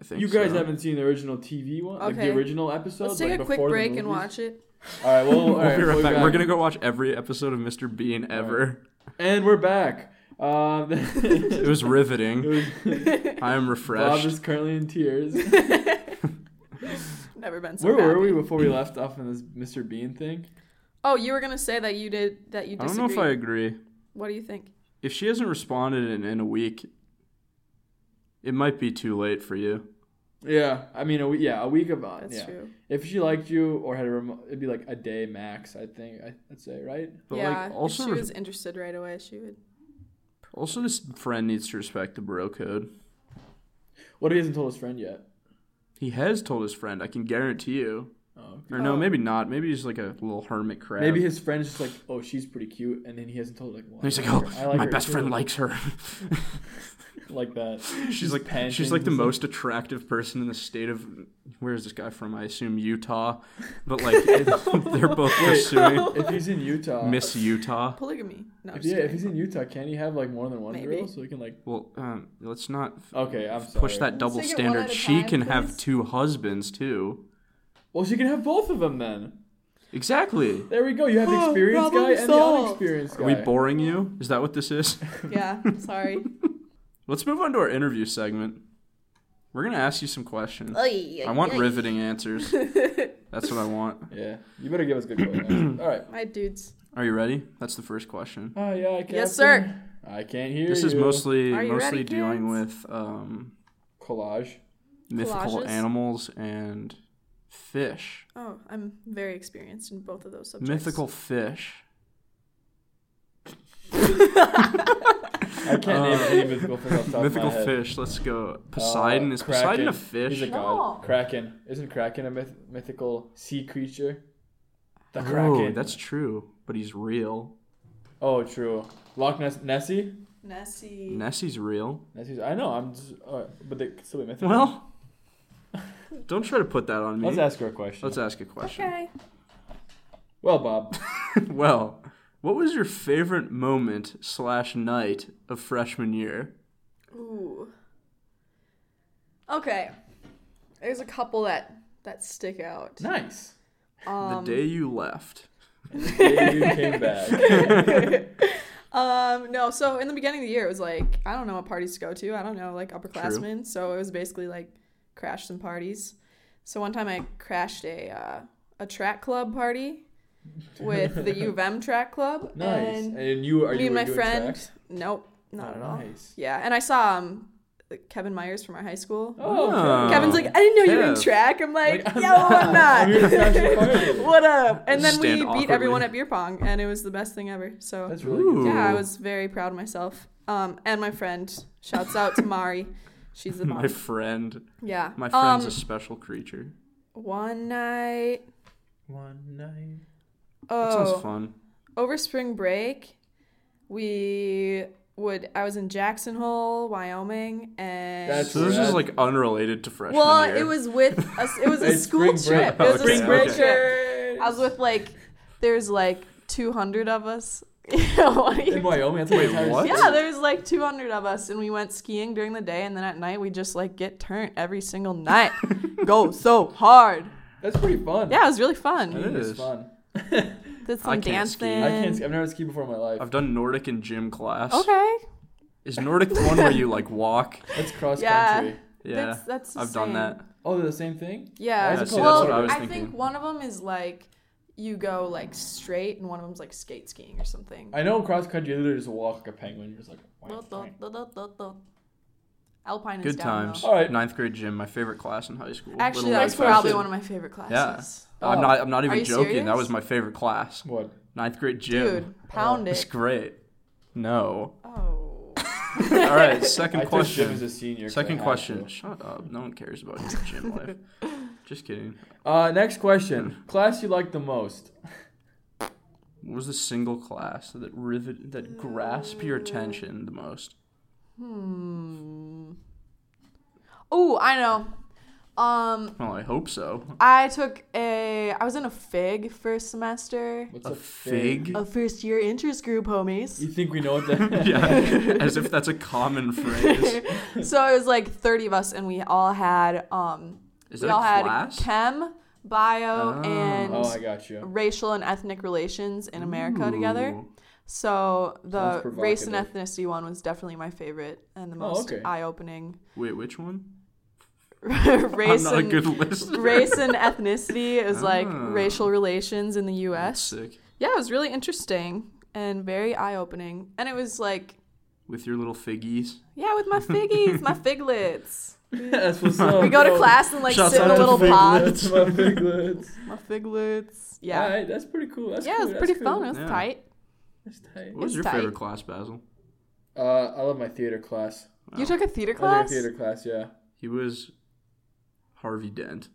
Speaker 1: I think
Speaker 2: you guys
Speaker 1: so.
Speaker 2: haven't seen the original TV one, like the
Speaker 3: Okay.
Speaker 2: original episode.
Speaker 3: let's take
Speaker 2: like
Speaker 3: a quick
Speaker 2: before the
Speaker 3: break and
Speaker 2: movies?
Speaker 3: watch it.
Speaker 2: All right, well, all
Speaker 1: We'll
Speaker 2: right,
Speaker 1: be right
Speaker 2: we'll be
Speaker 1: back. We're
Speaker 2: back.
Speaker 1: gonna go watch every episode of Mr. Bean ever.
Speaker 2: and we're back. Um,
Speaker 1: It was riveting. I am
Speaker 2: Bob
Speaker 1: refreshed.
Speaker 2: is currently in tears.
Speaker 3: Never been so.
Speaker 2: Where were we
Speaker 3: happy.
Speaker 2: before we left off on this Mr. Bean thing?
Speaker 3: Oh, you were gonna say that you did that you
Speaker 1: I don't
Speaker 3: disagreed.
Speaker 1: know if I agree.
Speaker 3: What do you think?
Speaker 1: If she hasn't responded in, in a week, it might be too late for you.
Speaker 2: Yeah, I mean, a week, yeah, a week of uh,
Speaker 3: That's
Speaker 2: yeah.
Speaker 3: true.
Speaker 2: If she liked you or had a remote, it'd be like a day max. I think I, I'd say right.
Speaker 1: But
Speaker 3: yeah,
Speaker 1: like also
Speaker 3: if she was interested right away, she would.
Speaker 1: also this friend needs to respect the bro code.
Speaker 2: What if he hasn't told his friend yet?
Speaker 1: He has told his friend, I can guarantee you.
Speaker 2: Oh,
Speaker 1: Or no,
Speaker 3: Oh.
Speaker 1: maybe not. Maybe he's like a little hermit crab.
Speaker 2: Maybe his friend's just like, oh, she's pretty cute, and then he hasn't told like. Well,
Speaker 1: and he's
Speaker 2: I
Speaker 1: like, oh,
Speaker 2: her- I like
Speaker 1: my
Speaker 2: her
Speaker 1: best
Speaker 2: too."
Speaker 1: friend likes her.
Speaker 2: like that.
Speaker 1: she's like
Speaker 2: panting.
Speaker 1: she's like the
Speaker 2: He's
Speaker 1: most attractive person in the state of where is this guy from? I assume Utah, but like they're both pursuing
Speaker 2: If he's in Utah,
Speaker 1: Miss Utah.
Speaker 3: Polygamy. No,
Speaker 2: If,
Speaker 3: just
Speaker 2: yeah, if
Speaker 3: kidding.
Speaker 2: he's in Utah, can he have like more than one
Speaker 3: Maybe.
Speaker 2: girl so he can like?
Speaker 1: Well, um, let's not f-
Speaker 2: Okay, Oh, I'm sorry.
Speaker 1: push that double
Speaker 3: take it one
Speaker 1: standard.
Speaker 3: at a
Speaker 1: She
Speaker 3: time,
Speaker 1: can have
Speaker 3: please.
Speaker 1: two husbands too.
Speaker 2: Well, she can have both of them then.
Speaker 1: Exactly.
Speaker 2: There we go. You have the
Speaker 3: Oh,
Speaker 2: experienced
Speaker 3: problem
Speaker 2: guy and the
Speaker 3: solved.
Speaker 2: unexperienced guy.
Speaker 1: Are we boring you? Is that what this is?
Speaker 3: yeah. Sorry.
Speaker 1: Let's move on to our interview segment. We're gonna ask you some questions.
Speaker 3: Oh,
Speaker 1: I want riveting answers. That's what I want.
Speaker 2: Yeah, you better give us good questions. All right.
Speaker 3: My dudes.
Speaker 1: Are you ready? That's the first question.
Speaker 2: Oh yeah, Captain.
Speaker 3: Yes, sir.
Speaker 2: I can't hear
Speaker 1: This
Speaker 2: you.
Speaker 1: is mostly
Speaker 3: Are you
Speaker 1: mostly
Speaker 3: ready,
Speaker 1: dealing with um,
Speaker 2: collage.
Speaker 1: mythical
Speaker 3: Collages?
Speaker 1: animals and fish.
Speaker 3: Oh, I'm very experienced in both of those subjects.
Speaker 1: Mythical fish.
Speaker 2: I can't name
Speaker 1: Uh,
Speaker 2: any mythical fish off the top of
Speaker 1: mythical
Speaker 2: my head.
Speaker 1: fish. Let's go. Poseidon
Speaker 2: Uh,
Speaker 1: is Poseidon a
Speaker 2: Kraken.
Speaker 1: fish?
Speaker 2: He's a
Speaker 3: No.
Speaker 2: god. Kraken. Isn't Kraken a myth- mythical sea creature? The
Speaker 1: Oh,
Speaker 2: Kraken.
Speaker 1: that's true. But he's real.
Speaker 2: Oh, true. Loch Ness Nessie.
Speaker 3: Nessie.
Speaker 1: Nessie's real.
Speaker 2: Nessie's. I know. I'm. Just, uh, but they could still be mythical.
Speaker 1: Well, don't try to put that on me.
Speaker 2: let's ask her a question.
Speaker 1: Let's ask a question.
Speaker 3: okay.
Speaker 2: well, Bob.
Speaker 1: Well, what was your favorite moment slash night of freshman year?
Speaker 3: Ooh. Okay. There's a couple that that stick out.
Speaker 2: Nice.
Speaker 3: Um,
Speaker 1: the day you left.
Speaker 2: Day you came back.
Speaker 3: um, no, so in the beginning of the year, it was like, I don't know what parties to go to. I don't know, like upperclassmen. So it was basically like crash some parties. So one time I crashed a, uh, a track club party with the U of M track club.
Speaker 2: Nice. And,
Speaker 3: And
Speaker 2: you are
Speaker 3: me
Speaker 2: you
Speaker 3: and
Speaker 2: were
Speaker 3: my
Speaker 2: doing
Speaker 3: friend.
Speaker 2: track?
Speaker 3: Nope, not
Speaker 2: Oh,
Speaker 3: at all.
Speaker 2: Nice.
Speaker 3: Yeah, and I saw um, Kevin Myers from our high school.
Speaker 2: Oh,
Speaker 1: Ah.
Speaker 2: okay.
Speaker 3: Kevin's like, I didn't know you were in
Speaker 1: Kev.
Speaker 3: track. I'm like,
Speaker 2: Like, I'm
Speaker 3: yo, I'm
Speaker 2: I'm here to crash the
Speaker 3: not.
Speaker 2: party.
Speaker 3: what up? And then
Speaker 1: Stand
Speaker 3: we beat
Speaker 1: awkwardly.
Speaker 3: everyone at beer pong, and it was the best thing ever. So
Speaker 2: That's really good.
Speaker 1: Ooh.
Speaker 3: yeah, I was very proud of myself. Um, and my friend, shouts out to Mari, she's the
Speaker 1: My
Speaker 3: bomb.
Speaker 1: friend.
Speaker 3: Yeah,
Speaker 1: My friend's
Speaker 3: Um,
Speaker 1: a special creature.
Speaker 3: one night.
Speaker 2: One night.
Speaker 1: That sounds
Speaker 3: Oh,
Speaker 1: fun.
Speaker 3: over spring break, we would. I was in Jackson Hole, Wyoming, and
Speaker 2: That's
Speaker 1: So this is
Speaker 2: Brad.
Speaker 1: like unrelated to freshman
Speaker 3: Well,
Speaker 1: year.
Speaker 3: it was with a, it was a
Speaker 2: It's
Speaker 3: school
Speaker 2: spring break.
Speaker 3: trip. It was
Speaker 1: Okay,
Speaker 3: a school
Speaker 1: okay.
Speaker 3: trip. I was with like there's like 200 of us.
Speaker 2: in Wyoming. That's
Speaker 1: Wait,
Speaker 2: entire
Speaker 1: what?
Speaker 2: state.
Speaker 3: yeah, there's like 200 of us, and we went skiing during the day, and then at night we just like get turned every single night. Go so hard.
Speaker 2: That's pretty fun.
Speaker 3: Yeah, it was really
Speaker 1: It
Speaker 3: fun.
Speaker 2: Skiing
Speaker 1: is.
Speaker 2: fun.
Speaker 3: Did
Speaker 1: I
Speaker 3: some
Speaker 1: can't ski.
Speaker 3: dancing.
Speaker 2: I can't. ski- I've never skied before in my life.
Speaker 1: I've done Nordic and gym class.
Speaker 3: Okay.
Speaker 1: Is Nordic the one where you like walk?
Speaker 2: That's cross
Speaker 3: Yeah.
Speaker 2: country.
Speaker 1: Yeah.
Speaker 3: That's, that's the
Speaker 1: I've
Speaker 3: same.
Speaker 1: done that.
Speaker 2: Oh, they're the same thing.
Speaker 3: Yeah.
Speaker 2: Why is
Speaker 1: it called
Speaker 3: well,
Speaker 1: That's what I was
Speaker 3: think
Speaker 1: thinking.
Speaker 3: one of them is like you go like straight, and one of them's like skate skiing or something.
Speaker 2: I know cross country. You literally just walk like a penguin. You're just like.
Speaker 3: Lo- lo- lo- lo- lo- lo. Alpine is
Speaker 1: Good
Speaker 3: down,
Speaker 1: times.
Speaker 3: though.
Speaker 2: All right.
Speaker 1: Ninth grade gym, my favorite class in high school.
Speaker 3: Actually,
Speaker 1: Little
Speaker 3: that's
Speaker 1: Red
Speaker 2: question.
Speaker 3: probably
Speaker 1: Faces.
Speaker 3: one of my favorite classes.
Speaker 1: I'm not. I'm not even
Speaker 3: you
Speaker 1: joking. That
Speaker 3: serious?
Speaker 1: was my favorite class.
Speaker 2: What?
Speaker 1: Ninth grade gym.
Speaker 3: Dude, pound
Speaker 1: It's
Speaker 3: it.
Speaker 1: great. No.
Speaker 3: Oh.
Speaker 1: All right.
Speaker 2: I
Speaker 1: Second
Speaker 2: took gym as
Speaker 1: question.
Speaker 2: a senior. 'cause I
Speaker 1: Second
Speaker 2: had
Speaker 1: question.
Speaker 2: to.
Speaker 1: Shut up. No one cares about your gym life. Just kidding.
Speaker 2: Uh, next
Speaker 1: Hmm.
Speaker 2: question. Class you like the most?
Speaker 1: What was the single class that rivet that grasped your attention the most?
Speaker 3: Hmm. Oh, I know. Um,
Speaker 1: Well, I hope so.
Speaker 3: I took a. I was in a fig first semester.
Speaker 2: What's
Speaker 1: A fig.
Speaker 3: A first year interest group, homies.
Speaker 2: You think we know what that?
Speaker 1: yeah. As if that's a common phrase.
Speaker 3: so it was like 30 of us, and we all had um,
Speaker 1: Is
Speaker 3: we
Speaker 1: that a
Speaker 3: all had
Speaker 1: class?
Speaker 3: chem,
Speaker 1: Oh.
Speaker 3: bio, and
Speaker 2: Oh, I got you.
Speaker 3: racial and ethnic relations in America together.
Speaker 1: Ooh.
Speaker 3: So the
Speaker 2: Sounds
Speaker 3: race and
Speaker 2: provocative.
Speaker 3: ethnicity one was definitely my favorite and the
Speaker 2: Oh,
Speaker 3: most
Speaker 2: okay.
Speaker 3: eye-opening.
Speaker 1: Wait, which one?
Speaker 3: race
Speaker 1: I'm not a
Speaker 3: and
Speaker 1: good listener.
Speaker 3: race and ethnicity is like
Speaker 1: Ah.
Speaker 3: racial relations in the
Speaker 1: That's
Speaker 3: U.S.
Speaker 1: sick.
Speaker 3: Yeah, it was really interesting and very eye-opening, and it was like
Speaker 1: With your little figgies.
Speaker 3: yeah, with my figgies, my figlets.
Speaker 2: That's what's up.
Speaker 3: We go to
Speaker 2: yo.
Speaker 3: class and like
Speaker 1: Shouts
Speaker 3: sit in
Speaker 1: out
Speaker 3: a
Speaker 1: to
Speaker 3: little pod.
Speaker 2: That's my piglets.
Speaker 3: My figlets.
Speaker 2: All
Speaker 3: Yeah.
Speaker 2: right, that's pretty cool. That's
Speaker 3: yeah,
Speaker 2: cool.
Speaker 3: it was pretty
Speaker 2: that's
Speaker 3: fun. It
Speaker 2: Cool.
Speaker 3: was
Speaker 1: Yeah.
Speaker 3: tight.
Speaker 2: That's tight.
Speaker 1: What was
Speaker 3: It's
Speaker 1: your
Speaker 3: tight.
Speaker 1: favorite class, Basil?
Speaker 2: Uh, I love my theater class.
Speaker 3: You took a theater
Speaker 2: I
Speaker 3: class?
Speaker 2: took a theater class, yeah.
Speaker 1: He was Harvey Dent.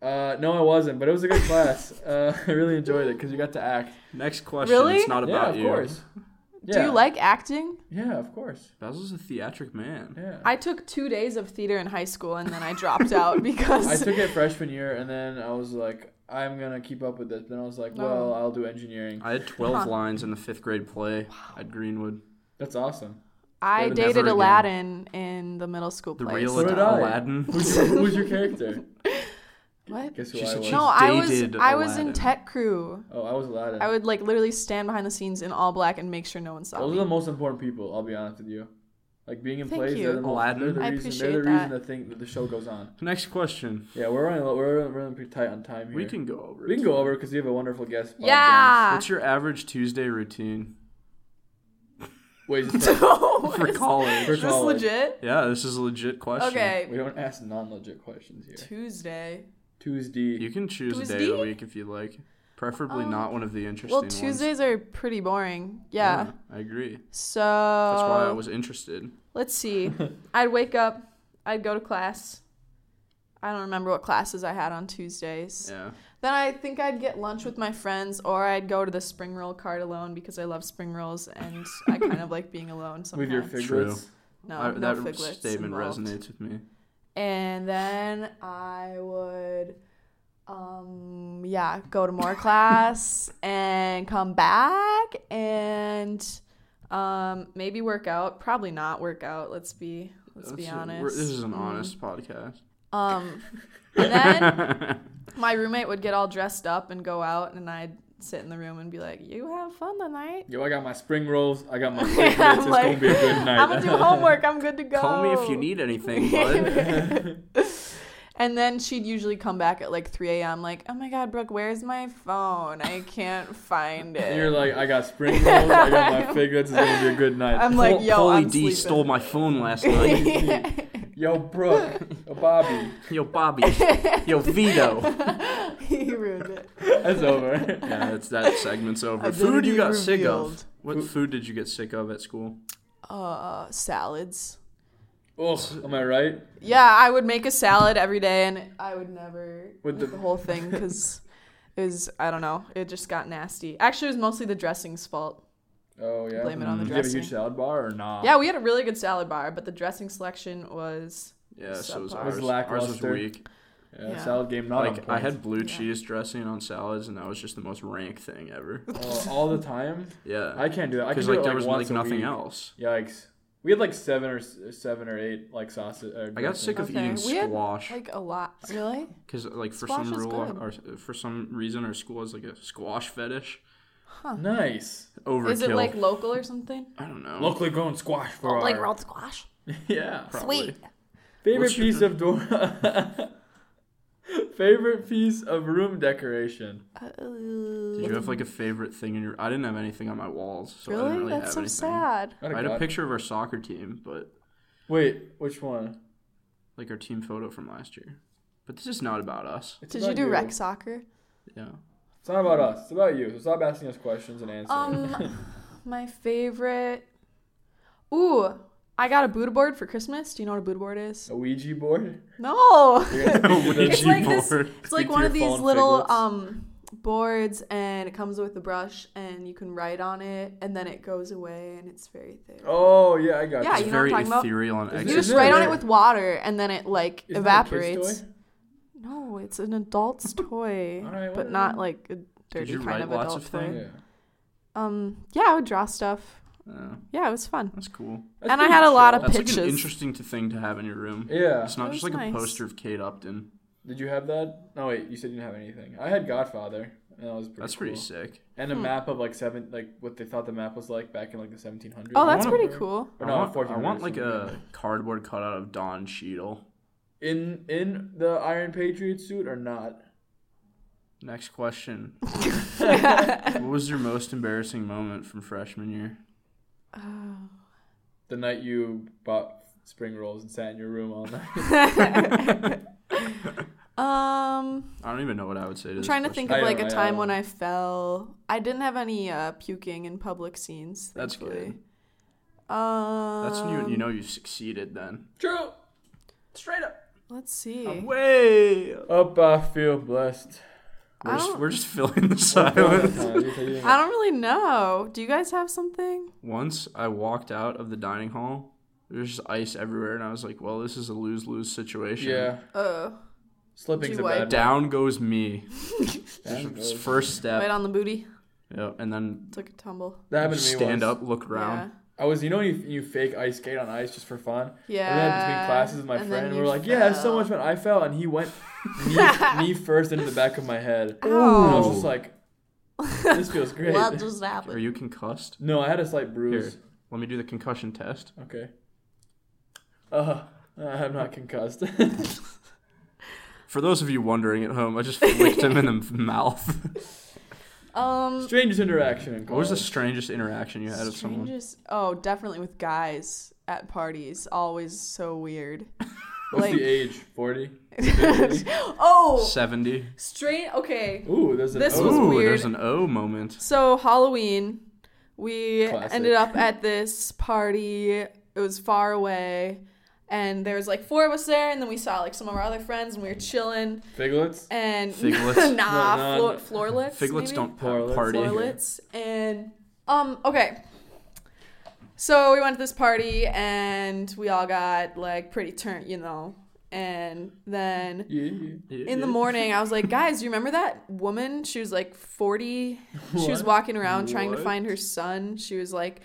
Speaker 2: Uh, no, I wasn't, but it was a good class. Uh, I really enjoyed it because you got to act.
Speaker 1: Next question.
Speaker 3: Really?
Speaker 1: It's not about
Speaker 2: yeah, of
Speaker 1: you.
Speaker 2: course. Yeah.
Speaker 3: Do you like acting?
Speaker 2: Yeah, of course.
Speaker 1: Basil's a theatric man.
Speaker 2: Yeah.
Speaker 3: I took two days of theater in high school and then I dropped out because
Speaker 2: I took it freshman year, and then I was like, I'm gonna keep up with this. Then I was like, well,
Speaker 3: Oh.
Speaker 2: I'll do engineering.
Speaker 1: I had 12
Speaker 3: Huh.
Speaker 1: lines in the fifth grade play at Greenwood.
Speaker 2: That's awesome.
Speaker 3: I
Speaker 1: Never
Speaker 3: dated
Speaker 1: again.
Speaker 3: Aladdin in the middle school
Speaker 1: The
Speaker 3: play.
Speaker 1: real
Speaker 2: So did I.
Speaker 1: Aladdin.
Speaker 2: Who's your, who's your character?
Speaker 3: What?
Speaker 2: Guess who
Speaker 1: She
Speaker 2: I
Speaker 1: said
Speaker 2: was.
Speaker 1: she-
Speaker 3: No, I was
Speaker 1: dated
Speaker 3: I was in
Speaker 1: Aladdin.
Speaker 3: tech crew.
Speaker 2: Oh, I was Aladdin.
Speaker 3: I would like literally stand behind the scenes in all black and make sure no one saw
Speaker 2: Those are
Speaker 3: me.
Speaker 2: the most important people. I'll be honest with you. Like being in
Speaker 3: Thank
Speaker 2: plays,
Speaker 3: you.
Speaker 2: they're the, most,
Speaker 1: Aladdin.
Speaker 2: they're the
Speaker 3: I
Speaker 2: reason. They're the
Speaker 3: appreciate
Speaker 2: reason
Speaker 3: that.
Speaker 2: the thing that the show goes on.
Speaker 1: Next question.
Speaker 2: Yeah, we're running. low- We're running pretty tight on time here.
Speaker 1: We can go over.
Speaker 2: we can
Speaker 1: it.
Speaker 2: go over because we have a wonderful guest. Bob
Speaker 3: Yeah.
Speaker 1: What's your average Tuesday routine
Speaker 2: Jones. Wait, is this-
Speaker 1: for
Speaker 3: For
Speaker 1: college?
Speaker 2: For
Speaker 3: Is this
Speaker 2: college.
Speaker 3: legit?
Speaker 1: Yeah, this is a legit question.
Speaker 3: Okay.
Speaker 2: we don't ask non-legit questions here.
Speaker 3: Tuesday.
Speaker 2: Tuesday.
Speaker 1: You can choose a day of the
Speaker 3: Tuesday?
Speaker 1: week if you like. Preferably
Speaker 3: Um,
Speaker 1: not one of the interesting
Speaker 3: Well,
Speaker 1: ones.
Speaker 3: Tuesdays are pretty boring. Yeah. Um,
Speaker 1: I agree.
Speaker 3: So
Speaker 1: That's why I was interested.
Speaker 3: let's see. I'd wake up. I'd go to class. I don't remember what classes I had on Tuesdays.
Speaker 1: Yeah.
Speaker 3: Then I think I'd get lunch with my friends, or I'd go to the spring roll cart alone because I love spring rolls and I kind of like being alone
Speaker 2: With
Speaker 3: sometimes.
Speaker 2: your figlets.
Speaker 3: no,
Speaker 1: I-
Speaker 3: no
Speaker 1: that
Speaker 3: figlets
Speaker 1: statement
Speaker 3: involved.
Speaker 1: resonates with me.
Speaker 3: And then I would, um, yeah, go to more class and come back and um, maybe work out. Probably not work out. Let's be let's be
Speaker 1: That's a- we're-
Speaker 3: honest.
Speaker 1: this is an
Speaker 3: Mm.
Speaker 1: honest podcast.
Speaker 3: Um, and then my roommate would get all dressed up and go out, and I'd sit in the room and be like, "You have fun tonight."
Speaker 2: Yo, I got my spring rolls. I got my
Speaker 3: Yeah,
Speaker 2: favorites.
Speaker 3: I'm
Speaker 2: it's
Speaker 3: like,
Speaker 2: gonna be a good night.
Speaker 3: I'm gonna do homework. I'm good to go.
Speaker 1: Call me if you need anything, bud.
Speaker 3: and then she'd usually come back at like 3 a.m. Like, oh my god, Brooke, where's my phone? I can't find it.
Speaker 2: And you're like, I got spring rolls. I got my favorites. It's gonna be a good night.
Speaker 3: I'm like, yo,
Speaker 1: Holy D
Speaker 3: I'm sleeping.
Speaker 1: stole my phone last night.
Speaker 2: Yo, Brooke, yo, Bobby,
Speaker 1: Yo, Bobby. Yo, Vito.
Speaker 3: he ruined it.
Speaker 2: that's over.
Speaker 1: Yeah, that's that segment's over. Food
Speaker 3: Identity
Speaker 1: you got sick of.
Speaker 3: revealed.
Speaker 1: What food did you get sick of at school?
Speaker 3: Uh, salads.
Speaker 2: Ugh, am I right?
Speaker 3: Yeah, I would make a salad every day, and I would never
Speaker 2: With
Speaker 3: with
Speaker 2: the-
Speaker 3: the, whole thing because it was I don't know. It just got nasty. Actually, it was mostly the dressing's fault.
Speaker 2: Oh yeah.
Speaker 3: Blame it on the
Speaker 2: Did you have a
Speaker 3: dressing.
Speaker 2: huge salad bar or not?
Speaker 3: Yeah, we had a really good salad bar, but the dressing selection was
Speaker 1: Yeah, so was ours.
Speaker 2: Was
Speaker 3: Subpar.
Speaker 1: Ours was
Speaker 2: lackluster.
Speaker 1: weak.
Speaker 2: Yeah,
Speaker 3: Yeah.
Speaker 2: Salad game not on
Speaker 1: Like I
Speaker 2: point.
Speaker 1: had blue
Speaker 3: Yeah.
Speaker 1: cheese dressing on salads, and that was just the most rank thing ever.
Speaker 2: Oh, all the time.
Speaker 1: Yeah,
Speaker 2: I can't do that. I can
Speaker 1: because
Speaker 2: do
Speaker 1: like
Speaker 2: it,
Speaker 1: there was
Speaker 2: once
Speaker 1: like
Speaker 2: a
Speaker 1: nothing
Speaker 2: week.
Speaker 1: else.
Speaker 2: Yikes. We had like seven or s- seven or eight like uh, sausage. Or
Speaker 1: I got sick of
Speaker 3: Okay,
Speaker 1: eating
Speaker 3: we had,
Speaker 1: squash
Speaker 3: like a lot. Really?
Speaker 1: because like for
Speaker 3: squash
Speaker 1: some
Speaker 3: is
Speaker 1: rule
Speaker 3: good.
Speaker 1: or for some reason our school has like a squash fetish.
Speaker 2: Nice.
Speaker 1: Overkill.
Speaker 3: Is it like local or something?
Speaker 1: I don't know.
Speaker 2: Locally grown squash for
Speaker 3: Like
Speaker 2: our-
Speaker 3: rolled squash.
Speaker 2: Yeah.
Speaker 1: probably.
Speaker 3: Sweet.
Speaker 2: Favorite
Speaker 1: What's your-
Speaker 2: piece of door. Favorite piece of room decoration.
Speaker 3: Uh,
Speaker 1: Did you have like a favorite thing in your? I didn't have anything on my walls, so I
Speaker 3: really?
Speaker 1: didn't really
Speaker 3: That's
Speaker 1: have
Speaker 3: so
Speaker 1: anything.
Speaker 3: sad.
Speaker 2: Oh,
Speaker 1: I had a
Speaker 2: God.
Speaker 1: picture of our soccer team, but
Speaker 2: Wait, which one?
Speaker 1: like our team photo from last year. But this is not about us.
Speaker 2: It's
Speaker 3: Did
Speaker 2: about
Speaker 3: you do rec soccer?
Speaker 1: Yeah.
Speaker 2: It's not about us. It's about you. So stop asking us questions and answering.
Speaker 3: Um, my favorite. Ooh, I got a Buddha board for Christmas. Do you know what a Buddha board is?
Speaker 2: a Ouija board.
Speaker 3: No.
Speaker 2: You're gonna-
Speaker 3: it's
Speaker 1: Ouija
Speaker 3: like this.
Speaker 1: board.
Speaker 3: It's like
Speaker 2: to
Speaker 3: one
Speaker 2: your
Speaker 3: of these
Speaker 2: fallen
Speaker 3: little
Speaker 2: piglets.
Speaker 3: um boards, and it comes with a brush, and you can write on it, and then it goes away, and it's very thick.
Speaker 2: Oh yeah, I got.
Speaker 3: um, Yeah,
Speaker 2: you.
Speaker 1: It's
Speaker 3: you know what
Speaker 1: very
Speaker 3: I'm talking about?
Speaker 1: ethereal and
Speaker 2: Is
Speaker 3: You
Speaker 2: it-
Speaker 1: extra.
Speaker 3: just
Speaker 2: isn't
Speaker 3: write on
Speaker 2: a-
Speaker 3: it with water, and then it like
Speaker 2: Isn't that a kid's
Speaker 3: evaporates.
Speaker 2: toy?
Speaker 3: No, it's an adult's toy,
Speaker 2: All right,
Speaker 3: but
Speaker 2: whatever.
Speaker 3: not like a
Speaker 1: Did
Speaker 3: dirty
Speaker 1: you
Speaker 3: kind
Speaker 1: write
Speaker 3: of
Speaker 1: lots
Speaker 3: adult
Speaker 1: of
Speaker 3: toy.
Speaker 1: things?
Speaker 2: Yeah.
Speaker 3: Um, yeah, I would draw stuff.
Speaker 1: Oh,
Speaker 3: Yeah, it was fun.
Speaker 1: that's cool.
Speaker 2: That's
Speaker 3: And I
Speaker 2: pretty
Speaker 3: had a lot
Speaker 2: chill.
Speaker 1: That's like an
Speaker 3: Pitches.
Speaker 1: interesting t- thing to have in your room.
Speaker 2: Yeah.
Speaker 1: It's not
Speaker 3: That
Speaker 1: just like
Speaker 3: was
Speaker 1: a
Speaker 3: nice.
Speaker 1: poster of Kate Upton.
Speaker 2: Did you have that? No, wait. You said you didn't have anything. I had Godfather. And that was pretty.
Speaker 1: That's pretty
Speaker 2: cool.
Speaker 1: sick.
Speaker 2: And a
Speaker 3: Hmm.
Speaker 2: map of like seven, like what they thought the map was like back in like the 1700s.
Speaker 3: Oh, that's
Speaker 1: wanna-
Speaker 3: pretty cool.
Speaker 2: Or
Speaker 1: I
Speaker 2: no,
Speaker 1: want,
Speaker 2: 1400s
Speaker 1: I want like
Speaker 2: something.
Speaker 1: a cardboard cutout of Don Cheadle.
Speaker 2: in in the Iron Patriot suit or not?
Speaker 1: Next question. what was your most embarrassing moment from freshman year?
Speaker 3: Oh.
Speaker 2: The night you bought spring rolls and sat in your room all night.
Speaker 3: um,
Speaker 1: I don't even know what I would say to
Speaker 3: I'm
Speaker 1: this.
Speaker 3: trying to
Speaker 1: question.
Speaker 3: think
Speaker 2: I
Speaker 3: of
Speaker 2: don't
Speaker 3: like
Speaker 2: know,
Speaker 3: a
Speaker 2: I
Speaker 3: time
Speaker 2: don't
Speaker 3: when
Speaker 2: know.
Speaker 3: I fell. I didn't have any uh, puking in public scenes.
Speaker 1: That's
Speaker 3: thankfully. Um,
Speaker 1: That's when you, you know you've succeeded then.
Speaker 2: True. Straight up.
Speaker 3: Let's see.
Speaker 1: Way.
Speaker 2: Up, I feel blessed.
Speaker 1: We're
Speaker 3: I
Speaker 1: just,
Speaker 3: don't,
Speaker 1: we're just filling the
Speaker 2: Silence.
Speaker 1: silence.
Speaker 3: I don't really know. Do you guys have something?
Speaker 1: Once I walked out of the dining hall, there was just ice everywhere, and I was like, well, this is a lose lose situation.
Speaker 2: yeah,
Speaker 3: Oh,
Speaker 2: slipping's a
Speaker 3: Do I
Speaker 2: bad
Speaker 1: Down goes me.
Speaker 2: Down
Speaker 1: Just
Speaker 2: goes
Speaker 1: First
Speaker 3: right
Speaker 1: step.
Speaker 3: on the booty.
Speaker 1: Yep. And then
Speaker 3: Took a tumble.
Speaker 2: That happened to me
Speaker 1: stand up,
Speaker 2: once.
Speaker 1: look around.
Speaker 2: I was, you know, when you, you fake ice skate on ice just for fun.
Speaker 3: Yeah.
Speaker 2: And then between
Speaker 3: Yeah.
Speaker 2: classes with my
Speaker 3: And
Speaker 2: friend,
Speaker 3: then
Speaker 2: we we're
Speaker 3: you
Speaker 2: like, yeah, it's so
Speaker 3: fell.
Speaker 2: much fun. I fell, and he went knee, knee first into the back of my head. And I was
Speaker 3: Ow.
Speaker 2: just like, this feels great.
Speaker 3: What just
Speaker 1: Are
Speaker 3: happened?
Speaker 1: you concussed?
Speaker 2: no, I had a slight bruise.
Speaker 1: Here, let me do the concussion test.
Speaker 2: Okay. Uh, I'm not concussed.
Speaker 1: For those of you wondering at home, I just flicked him in the m- mouth.
Speaker 3: um,
Speaker 2: Strangest interaction in college.
Speaker 1: what was the strangest interaction you had with someone?
Speaker 3: strangest. Oh, definitely with guys at parties. Always so weird.
Speaker 2: What's
Speaker 3: like-
Speaker 2: the age? 40?
Speaker 3: Oh,
Speaker 1: 70.
Speaker 3: strange. Okay.
Speaker 2: Ooh, there's oh, an
Speaker 3: This
Speaker 2: O.
Speaker 3: was
Speaker 1: Ooh,
Speaker 3: weird.
Speaker 1: there's an O moment.
Speaker 3: So Halloween, we
Speaker 2: Classic.
Speaker 3: ended up at this party. It was far away, and there was like four of us there, and then we saw like some of our other friends, and we were chilling.
Speaker 2: Figlets?
Speaker 3: And
Speaker 1: Figlets?
Speaker 3: nah,
Speaker 2: No, no.
Speaker 3: flo- floorlets.
Speaker 1: Figlets
Speaker 3: maybe?
Speaker 1: don't
Speaker 2: Parlets.
Speaker 1: party.
Speaker 3: Floorlets and um okay. So we went to this party and we all got like pretty turned, you know. And then
Speaker 2: Yeah, yeah.
Speaker 3: in the morning, I was like, guys, you remember that woman? She was like 40. She was
Speaker 2: What?
Speaker 3: walking around trying to
Speaker 1: What?
Speaker 3: find her son. She was like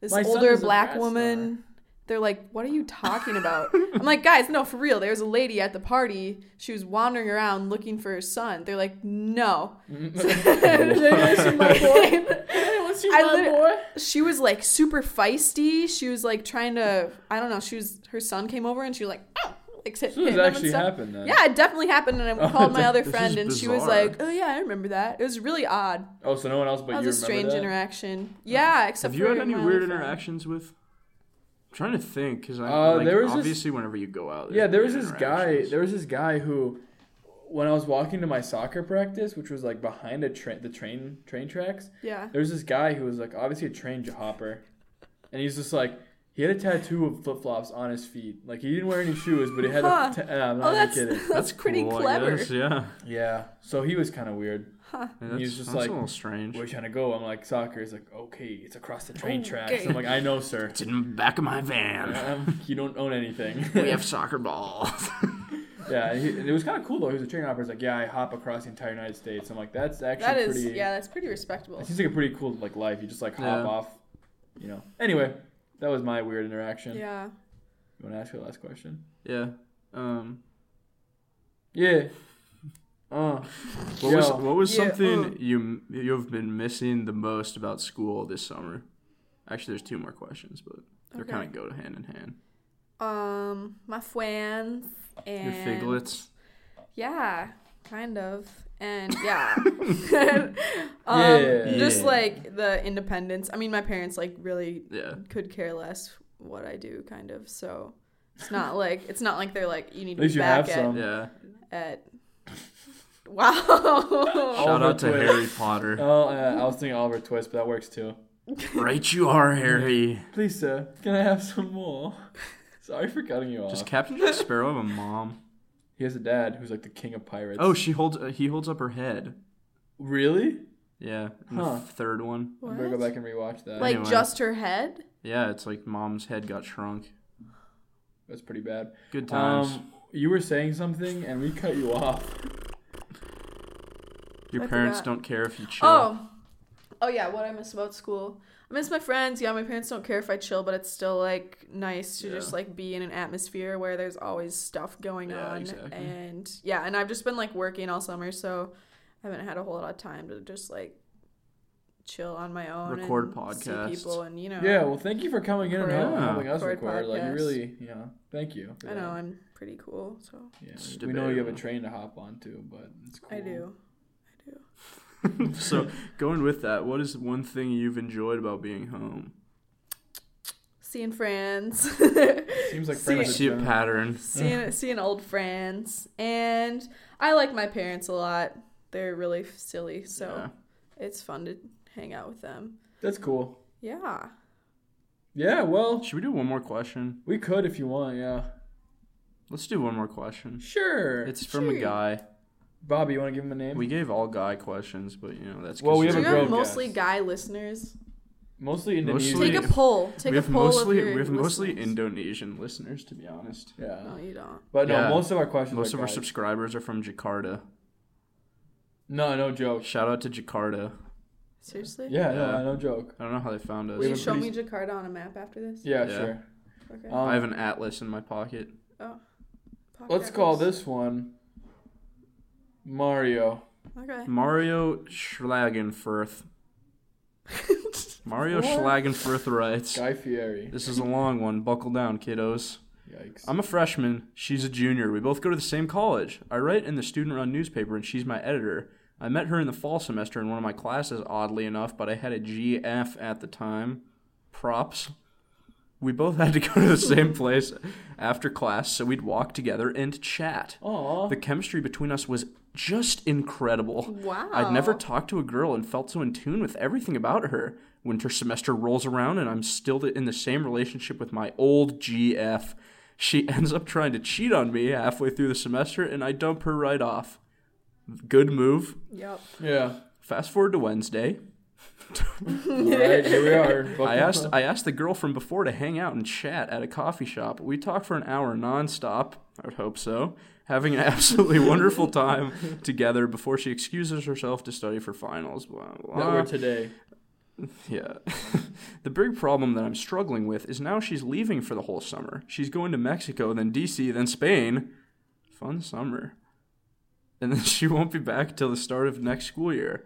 Speaker 3: this
Speaker 2: My son
Speaker 3: older
Speaker 2: is a
Speaker 3: black
Speaker 2: rat
Speaker 3: woman They're like, what are you talking about? I'm like, guys, no, for real. There was a lady at the party. She was wandering around looking for her son. They're like, no.
Speaker 2: anyone see my Mm-hmm. boy? Anyone see
Speaker 3: I
Speaker 2: my
Speaker 3: lit-
Speaker 2: boy?
Speaker 3: she was like super feisty. She was like trying to, I don't know. She was her son came over and she was like, oh, like
Speaker 2: This
Speaker 3: hit, hitting
Speaker 2: has
Speaker 3: him and
Speaker 2: actually
Speaker 3: stuff.
Speaker 2: happened then.
Speaker 3: Yeah, it definitely happened. And I called my other
Speaker 1: This is
Speaker 3: friend and she was
Speaker 1: bizarre.
Speaker 3: like, oh yeah, I remember that. It was really odd.
Speaker 2: Oh, so no one else but
Speaker 3: that
Speaker 2: you
Speaker 3: was a strange
Speaker 2: remember that?
Speaker 3: interaction. Yeah, except
Speaker 1: Have you
Speaker 3: for
Speaker 1: had any
Speaker 3: my other
Speaker 1: weird
Speaker 3: friend.
Speaker 1: interactions with? I'm trying to think because I
Speaker 2: Uh,
Speaker 1: like,
Speaker 2: there was this-
Speaker 1: obviously whenever you go out.
Speaker 2: Yeah, there was
Speaker 1: weird
Speaker 2: this guy.
Speaker 1: interactions.
Speaker 2: There was this guy who, when I was walking to my soccer practice, which was like behind a train, the train train tracks.
Speaker 3: Yeah.
Speaker 2: There was this guy who was like obviously a train hopper, and he's just like he had a tattoo of flip flops on his feet. Like he didn't wear any shoes, but he had.
Speaker 3: Huh.
Speaker 2: a ta- uh, I'm not
Speaker 3: Oh,
Speaker 2: even
Speaker 3: that's
Speaker 2: kidding.
Speaker 3: that's, pretty
Speaker 1: cool, I
Speaker 3: clever.
Speaker 1: guess, Yeah,
Speaker 2: Yeah, so he was kind of weird.
Speaker 1: Yeah,
Speaker 2: He was
Speaker 1: that's-
Speaker 2: just
Speaker 1: that's
Speaker 2: like,
Speaker 1: a little strange.
Speaker 2: Where are you trying to go? I'm like soccer. He's like, okay, it's across the train tracks.
Speaker 3: Okay.
Speaker 2: I'm like, I know, sir.
Speaker 1: It's in the back of my van.
Speaker 2: Um, you don't own anything.
Speaker 1: we have soccer balls.
Speaker 2: Yeah, he, and it was kind of cool though. He was a train operator. He's like, yeah, I hop across the entire United States. I'm like, that's actually
Speaker 3: That is,
Speaker 2: pretty.
Speaker 3: yeah, that's pretty respectable.
Speaker 2: It seems like a pretty cool like life. You just like hop
Speaker 1: Yeah.
Speaker 2: off, you know. Anyway, that was my weird interaction.
Speaker 3: Yeah.
Speaker 2: You want to ask your last question?
Speaker 1: yeah. Um,
Speaker 2: Yeah. Uh,
Speaker 1: what
Speaker 2: Yo.
Speaker 1: was what was
Speaker 3: Yeah,
Speaker 1: something
Speaker 3: uh.
Speaker 1: you you have been missing the most about school this summer? Actually, there's two more questions, but they're
Speaker 3: Okay.
Speaker 1: kind of go to hand in hand.
Speaker 3: Um, my fans and
Speaker 1: Your figlets.
Speaker 3: Yeah, kind of, and yeah. um,
Speaker 2: Yeah.
Speaker 3: Just
Speaker 1: Yeah.
Speaker 3: like the independence. I mean, my parents like really
Speaker 1: Yeah.
Speaker 3: could care less what I do, kind of. So it's not like it's not like they're like you need
Speaker 2: At
Speaker 3: to
Speaker 2: least
Speaker 3: be
Speaker 2: you
Speaker 3: back
Speaker 2: have
Speaker 3: at,
Speaker 2: some.
Speaker 1: Yeah.
Speaker 3: at. Wow.
Speaker 1: Shout
Speaker 2: Oliver
Speaker 1: out to
Speaker 2: Twist.
Speaker 1: Harry Potter.
Speaker 2: Oh, yeah, I was thinking Oliver Twist, but that works too.
Speaker 1: right, you are Harry.
Speaker 2: Please, sir, can I have some more? Sorry for cutting you off.
Speaker 1: Does Captain Jack Sparrow have a mom?
Speaker 2: he has a dad who's like the king of pirates.
Speaker 1: Oh, she holds. Uh, he holds up her head.
Speaker 2: really?
Speaker 1: Yeah. in the
Speaker 2: Huh.
Speaker 1: third one.
Speaker 2: I'm gonna go
Speaker 3: What?
Speaker 2: back and rewatch that.
Speaker 3: Like
Speaker 1: Anyway.
Speaker 3: just her head.
Speaker 1: Yeah, it's like mom's head got shrunk.
Speaker 2: that's pretty bad.
Speaker 1: Good times.
Speaker 2: Um, you were saying something and we cut you off.
Speaker 1: Your
Speaker 3: I
Speaker 1: parents
Speaker 3: forgot.
Speaker 1: don't care if you chill.
Speaker 3: Oh. Oh yeah, what I miss about school. I miss my friends. Yeah, my parents don't care if I chill, but it's still like nice to
Speaker 1: Yeah.
Speaker 3: just like be in an atmosphere where there's always stuff going
Speaker 1: Yeah,
Speaker 3: on.
Speaker 1: exactly.
Speaker 3: And yeah, and I've just been like working all summer, so I haven't had a whole lot of time to just like chill on my own.
Speaker 1: Record
Speaker 3: and
Speaker 1: podcasts.
Speaker 3: See people and you know.
Speaker 2: Yeah, well, thank you for coming in and
Speaker 3: Record.
Speaker 2: help- helping us
Speaker 3: Record
Speaker 2: record. Like, you
Speaker 3: podcast.
Speaker 2: really, you know, thank you. for
Speaker 3: I know
Speaker 2: that.
Speaker 3: I'm pretty cool, so
Speaker 2: Yeah,
Speaker 1: It's
Speaker 2: we- we know you have a
Speaker 1: debatable.
Speaker 2: train to hop on to, but it's cool.
Speaker 3: I do.
Speaker 1: so going with that, what is one thing you've enjoyed about being home?
Speaker 3: Seeing friends.
Speaker 2: Seems
Speaker 1: I
Speaker 2: like
Speaker 3: See-
Speaker 2: friends. in
Speaker 1: see a
Speaker 2: general.
Speaker 1: pattern.
Speaker 3: seeing seeing old friends and i like my parents a lot they're really f- silly so
Speaker 1: Yeah.
Speaker 3: it's fun to hang out with them
Speaker 2: That's cool.
Speaker 3: yeah
Speaker 2: Yeah, well,
Speaker 1: Should we do one more question?
Speaker 2: we could if you want. Yeah,
Speaker 1: Let's do one more question.
Speaker 2: sure.
Speaker 1: It's from a
Speaker 3: Sure.
Speaker 1: guy.
Speaker 2: Bobby. You want to give him a name?
Speaker 1: We gave all guy questions, but you know that's 'cause
Speaker 2: Well, we
Speaker 1: it's
Speaker 3: do
Speaker 2: have a
Speaker 3: you
Speaker 1: a-
Speaker 2: girl
Speaker 3: have mostly
Speaker 2: guest.
Speaker 3: guy listeners
Speaker 2: mostly Indonesian.
Speaker 1: Mostly-
Speaker 3: take a poll take
Speaker 1: we have
Speaker 3: a poll
Speaker 1: mostly
Speaker 3: of your
Speaker 1: we have mostly
Speaker 3: listeners.
Speaker 1: Indonesian listeners, to be honest.
Speaker 2: yeah,
Speaker 3: no you don't
Speaker 2: but no,
Speaker 1: Yeah.
Speaker 2: most of our questions.
Speaker 1: Most
Speaker 2: are
Speaker 1: of our
Speaker 2: guys.
Speaker 1: subscribers are from Jakarta.
Speaker 2: No, no joke.
Speaker 1: Shout out to Jakarta.
Speaker 3: seriously
Speaker 2: Yeah,
Speaker 1: Yeah.
Speaker 2: no, no joke.
Speaker 1: I don't know how they found us.
Speaker 3: will
Speaker 2: We
Speaker 3: you
Speaker 2: have a
Speaker 3: show
Speaker 2: pretty-
Speaker 3: me jakarta on a map after this
Speaker 1: Yeah.
Speaker 2: Yeah,
Speaker 1: Uh,
Speaker 2: sure.
Speaker 3: okay
Speaker 2: Um,
Speaker 1: I have an atlas in my pocket.
Speaker 3: Pocket
Speaker 2: let's call
Speaker 3: apples.
Speaker 2: this one Mario.
Speaker 3: okay
Speaker 1: Mario Schlagenfurth. Mario
Speaker 2: What?
Speaker 1: Schlagenfurth writes.
Speaker 2: Guy Fieri.
Speaker 1: This is a long one. Buckle down, kiddos.
Speaker 2: Yikes.
Speaker 1: I'm a freshman. She's a junior. We both go to the same college. I write in the student run newspaper, and she's my editor. I met her in the fall semester in one of my classes, oddly enough, but I had a GF at the time. Props. We both had to go to the same place after class, so we'd walk together and chat.
Speaker 2: Aw.
Speaker 1: The chemistry between us was just incredible.
Speaker 3: wow
Speaker 1: I'd never talked to a girl and felt so in tune with everything about her. Winter semester rolls around and I'm still th- in the same relationship with my old GF. She ends up trying to cheat on me halfway through the semester and I dump her right off. Good move.
Speaker 3: yep
Speaker 2: Yeah.
Speaker 1: Fast forward to Wednesday.
Speaker 2: All right, here we are.
Speaker 1: I
Speaker 2: Buckle
Speaker 1: asked
Speaker 2: up.
Speaker 1: I asked the girl from before to hang out and chat at a coffee shop. We talked for an hour nonstop. I would hope so. Having an absolutely wonderful time together before she excuses herself to study for finals. Blah, blah.
Speaker 2: that were today.
Speaker 1: Yeah. the big problem that I'm struggling with is now she's leaving for the whole summer. She's going to Mexico, then DC, then Spain. Fun summer. And then she won't be back till the start of next school year.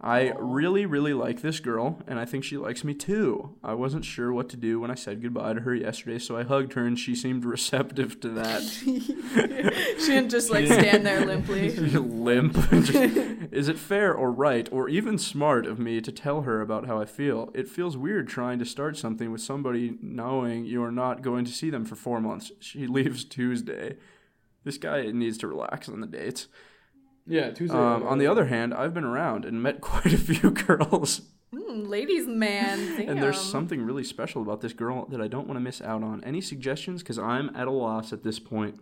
Speaker 1: I really, really like this girl, and I think she likes me too. I wasn't sure what to do when I said goodbye to her yesterday, so I hugged her, and she seemed receptive to that.
Speaker 3: she didn't just like stand there limply.
Speaker 1: limp. is it fair or right or even smart of me to tell her about how I feel? It feels weird trying to start something with somebody knowing you are not going to see them for four months. She leaves Tuesday. This guy needs to relax on the dates.
Speaker 2: Yeah, Tuesday.
Speaker 1: Um, on the other hand, I've been around and met quite a few girls,
Speaker 3: Mm, ladies, man. Damn.
Speaker 1: and there's something really special about this girl that I don't want to miss out on. Any suggestions? Because I'm at a loss at this point.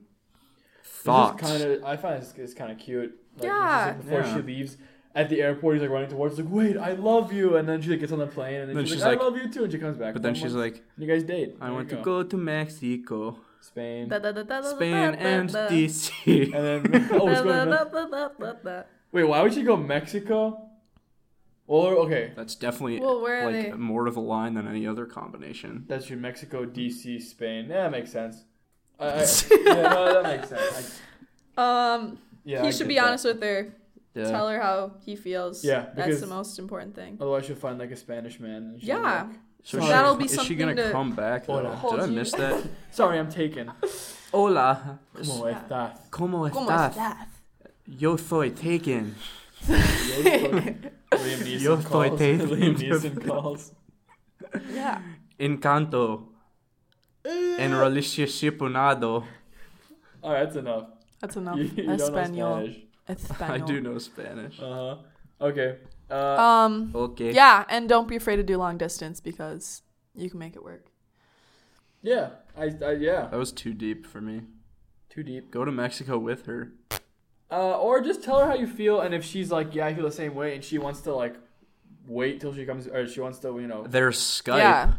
Speaker 1: Thoughts?
Speaker 2: Kind of, I find this is kind of cute. Like,
Speaker 3: Yeah.
Speaker 2: this is Before
Speaker 1: Yeah.
Speaker 2: she leaves at the airport, he's like running towards. He's like, "Wait, I love you!" And then she like, gets on the plane, and then, she's, like, "I love you too," and she comes back.
Speaker 1: but then
Speaker 2: one
Speaker 1: she's
Speaker 2: month,
Speaker 1: like,
Speaker 2: and "You guys date."
Speaker 1: I
Speaker 2: There
Speaker 1: want
Speaker 2: you
Speaker 1: to go to Mexico.
Speaker 2: Spain,
Speaker 3: Da, da, da, da, da,
Speaker 1: Spain
Speaker 3: da, da,
Speaker 1: and
Speaker 3: da.
Speaker 1: DC.
Speaker 2: and then oh, it's going
Speaker 3: Da, da,
Speaker 2: to
Speaker 3: da, da, da, da, da.
Speaker 2: Wait, why would she go Mexico? Or okay,
Speaker 1: That's definitely
Speaker 3: Well, where are
Speaker 1: like um,
Speaker 3: they?
Speaker 1: more of a line than any other combination.
Speaker 2: that's your Mexico, DC, Spain. Yeah, that makes sense. I, I, yeah, no, that makes sense. I,
Speaker 3: Um,
Speaker 2: yeah,
Speaker 3: he
Speaker 2: I
Speaker 3: should
Speaker 2: get
Speaker 3: be
Speaker 2: that.
Speaker 3: honest with her.
Speaker 1: Yeah.
Speaker 3: Tell her how he feels.
Speaker 2: Yeah,
Speaker 3: that's
Speaker 2: because- Oh,
Speaker 3: the most important thing.
Speaker 2: Otherwise, she'll find like a Spanish man. And she'll be
Speaker 3: Yeah.
Speaker 2: like,
Speaker 1: so
Speaker 2: So
Speaker 1: she-
Speaker 2: that'll
Speaker 3: be
Speaker 1: is she gonna
Speaker 3: something to
Speaker 1: come back? Though?
Speaker 2: Hola.
Speaker 1: Did
Speaker 3: hold
Speaker 1: I
Speaker 3: you-
Speaker 1: miss that?
Speaker 2: Sorry, I'm taken.
Speaker 1: Hola.
Speaker 2: Como estás?
Speaker 1: Como
Speaker 3: Como
Speaker 1: estás?
Speaker 3: estás?
Speaker 1: Yo soy taken.
Speaker 2: Liam Neeson
Speaker 1: Yo soy
Speaker 2: calls.
Speaker 1: Tate.
Speaker 2: Liam Neeson calls.
Speaker 3: Yeah.
Speaker 1: Encanto.
Speaker 3: Uh,
Speaker 1: En relacionado.
Speaker 2: All right, that's enough.
Speaker 3: That's enough.
Speaker 2: You, you don't know
Speaker 3: Espanol.
Speaker 2: Spanish.
Speaker 3: Espanol.
Speaker 1: I do know Spanish.
Speaker 2: Uh huh. Okay. Uh,
Speaker 3: Um,
Speaker 1: Okay.
Speaker 3: yeah, and don't be afraid to do long distance because you can make it work.
Speaker 2: yeah. I, I. Yeah.
Speaker 1: That was too deep for me.
Speaker 2: Too deep.
Speaker 1: Go to Mexico with her.
Speaker 2: Uh, or just tell her how you feel, and if she's like, yeah, I feel the same way, and she wants to like wait till she comes, or she wants to, you know,
Speaker 1: There's Skype.
Speaker 3: Yeah.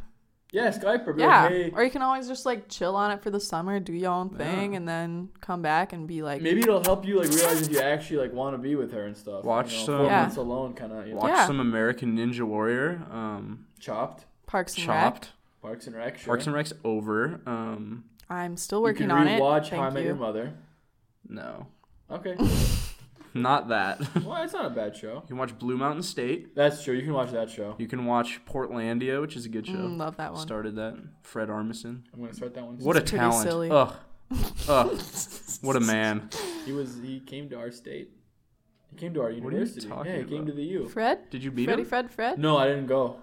Speaker 2: yeah, Skype or be
Speaker 3: Yeah.
Speaker 2: like, hey,
Speaker 3: Or you can always just like chill on it for the summer, do your own thing, and then come back and be like,
Speaker 2: maybe it'll help you like realize if you actually like want to be with her and stuff.
Speaker 1: Watch
Speaker 2: you know,
Speaker 1: some-
Speaker 2: four
Speaker 3: Yeah.
Speaker 2: months alone, kind of. You know,
Speaker 1: Watch
Speaker 3: Yeah.
Speaker 1: some American Ninja Warrior. Um,
Speaker 2: Chopped,
Speaker 3: Parks and Rec.
Speaker 1: Chopped.
Speaker 2: Parks and Rec. Sure.
Speaker 1: Parks and Rec's over. Um,
Speaker 3: I'm still
Speaker 2: You
Speaker 3: working
Speaker 2: can
Speaker 3: on it.
Speaker 2: rewatch How I
Speaker 3: Thank
Speaker 2: Met Your
Speaker 3: you.
Speaker 2: Mother.
Speaker 1: no,
Speaker 2: Okay.
Speaker 1: not that. you
Speaker 2: well, it's not a bad show.
Speaker 1: can watch Blue Mountain State.
Speaker 2: That's true. You can watch that show.
Speaker 1: You can watch Portlandia, which is a good show.
Speaker 3: Mm, love that one.
Speaker 1: Started that. Fred Armisen.
Speaker 2: I'm gonna start that one.
Speaker 1: What a
Speaker 3: pretty
Speaker 1: talent.
Speaker 3: silly.
Speaker 1: Ugh. Ugh. What a man.
Speaker 2: He was. He came to our state. He came to our
Speaker 1: you
Speaker 2: university.
Speaker 1: talking
Speaker 2: yeah, he came
Speaker 1: about?
Speaker 2: to the U.
Speaker 3: Fred?
Speaker 1: Did you beat
Speaker 3: Freddy,
Speaker 1: him?
Speaker 3: Fred, Fred?
Speaker 2: No, I didn't go.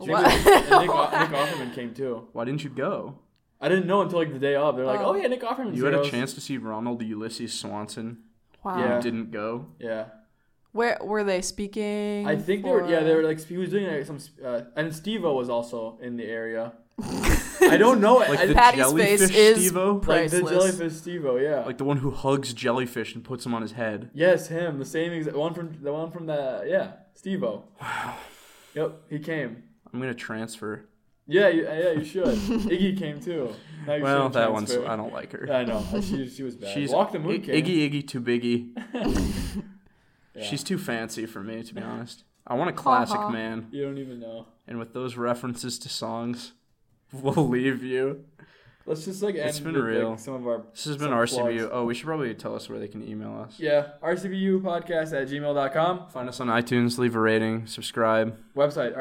Speaker 2: Nick,
Speaker 3: What?
Speaker 2: Nick, Nick Offerman came too.
Speaker 1: Why didn't you go?
Speaker 2: I didn't know until like the day of. They're like,
Speaker 3: Oh.
Speaker 2: "Oh yeah, Nick Offerman."
Speaker 1: You had a chance to see Ronald Ulysses Swanson.
Speaker 3: Wow.
Speaker 2: Yeah.
Speaker 1: You didn't go.
Speaker 2: Yeah,
Speaker 3: Where were they speaking?
Speaker 2: I think they were. Yeah,
Speaker 3: for-
Speaker 2: they were like he was doing like some. sp- Uh, and Steve-O was also in the area. I don't know. I-
Speaker 1: Like the
Speaker 3: Patty's
Speaker 1: jellyfish
Speaker 3: face is
Speaker 1: Steve-O?
Speaker 3: pr-
Speaker 2: like the
Speaker 3: priceless.
Speaker 2: jellyfish Steve-O. Yeah.
Speaker 1: Like the one who hugs jellyfish and puts him on his head.
Speaker 2: yes, him. The same exact one from the one from the yeah Steve-O. Wow. Yep, he came.
Speaker 1: I'm gonna transfer.
Speaker 2: Yeah, you, yeah, you should. Iggy came too. Now you
Speaker 1: Well,
Speaker 2: shouldn't
Speaker 1: that one's.
Speaker 2: transfer.
Speaker 1: I don't like her.
Speaker 2: I know. She, she was bad.
Speaker 1: She's
Speaker 2: Walk the Moon
Speaker 1: Ig-
Speaker 2: came.
Speaker 1: Iggy Iggy too biggie.
Speaker 2: Yeah.
Speaker 1: She's too fancy for me, to be honest. I want a classic
Speaker 3: Haha.
Speaker 1: man.
Speaker 2: You don't even know.
Speaker 1: And with those references to songs, we'll leave you.
Speaker 2: Let's just like end
Speaker 1: It's been
Speaker 2: with,
Speaker 1: real.
Speaker 2: Like, some of our
Speaker 1: This has been
Speaker 2: Some
Speaker 1: RCBU.
Speaker 2: plugs.
Speaker 1: Oh, we should probably tell us where they can email us.
Speaker 2: yeah RCBU podcast at gmail.com
Speaker 1: Find us on iTunes, leave a rating, subscribe.
Speaker 2: website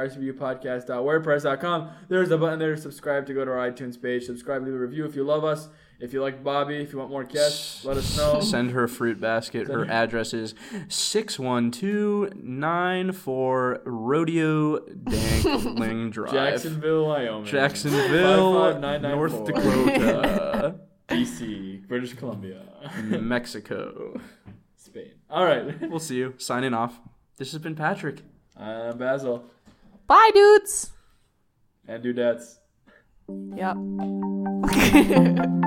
Speaker 2: rcbupodcast.wordpress.com. There's a button there to subscribe to go to our iTunes page. Subscribe, leave a review if you love us. If you like Bobby, if you want more guests, let us know.
Speaker 1: Send her a fruit basket. Her address is 61294 Rodeo Dankling Drive.
Speaker 2: Jacksonville, Wyoming.
Speaker 1: Jacksonville,
Speaker 2: 55994.
Speaker 1: North Dakota,
Speaker 2: DC, British Columbia,
Speaker 1: Mexico.
Speaker 2: Spain. All right,
Speaker 1: We'll see you. Signing off. This has been Patrick.
Speaker 2: I'm Basil
Speaker 3: Bye, dudes.
Speaker 2: and Dudettes.
Speaker 3: Yep.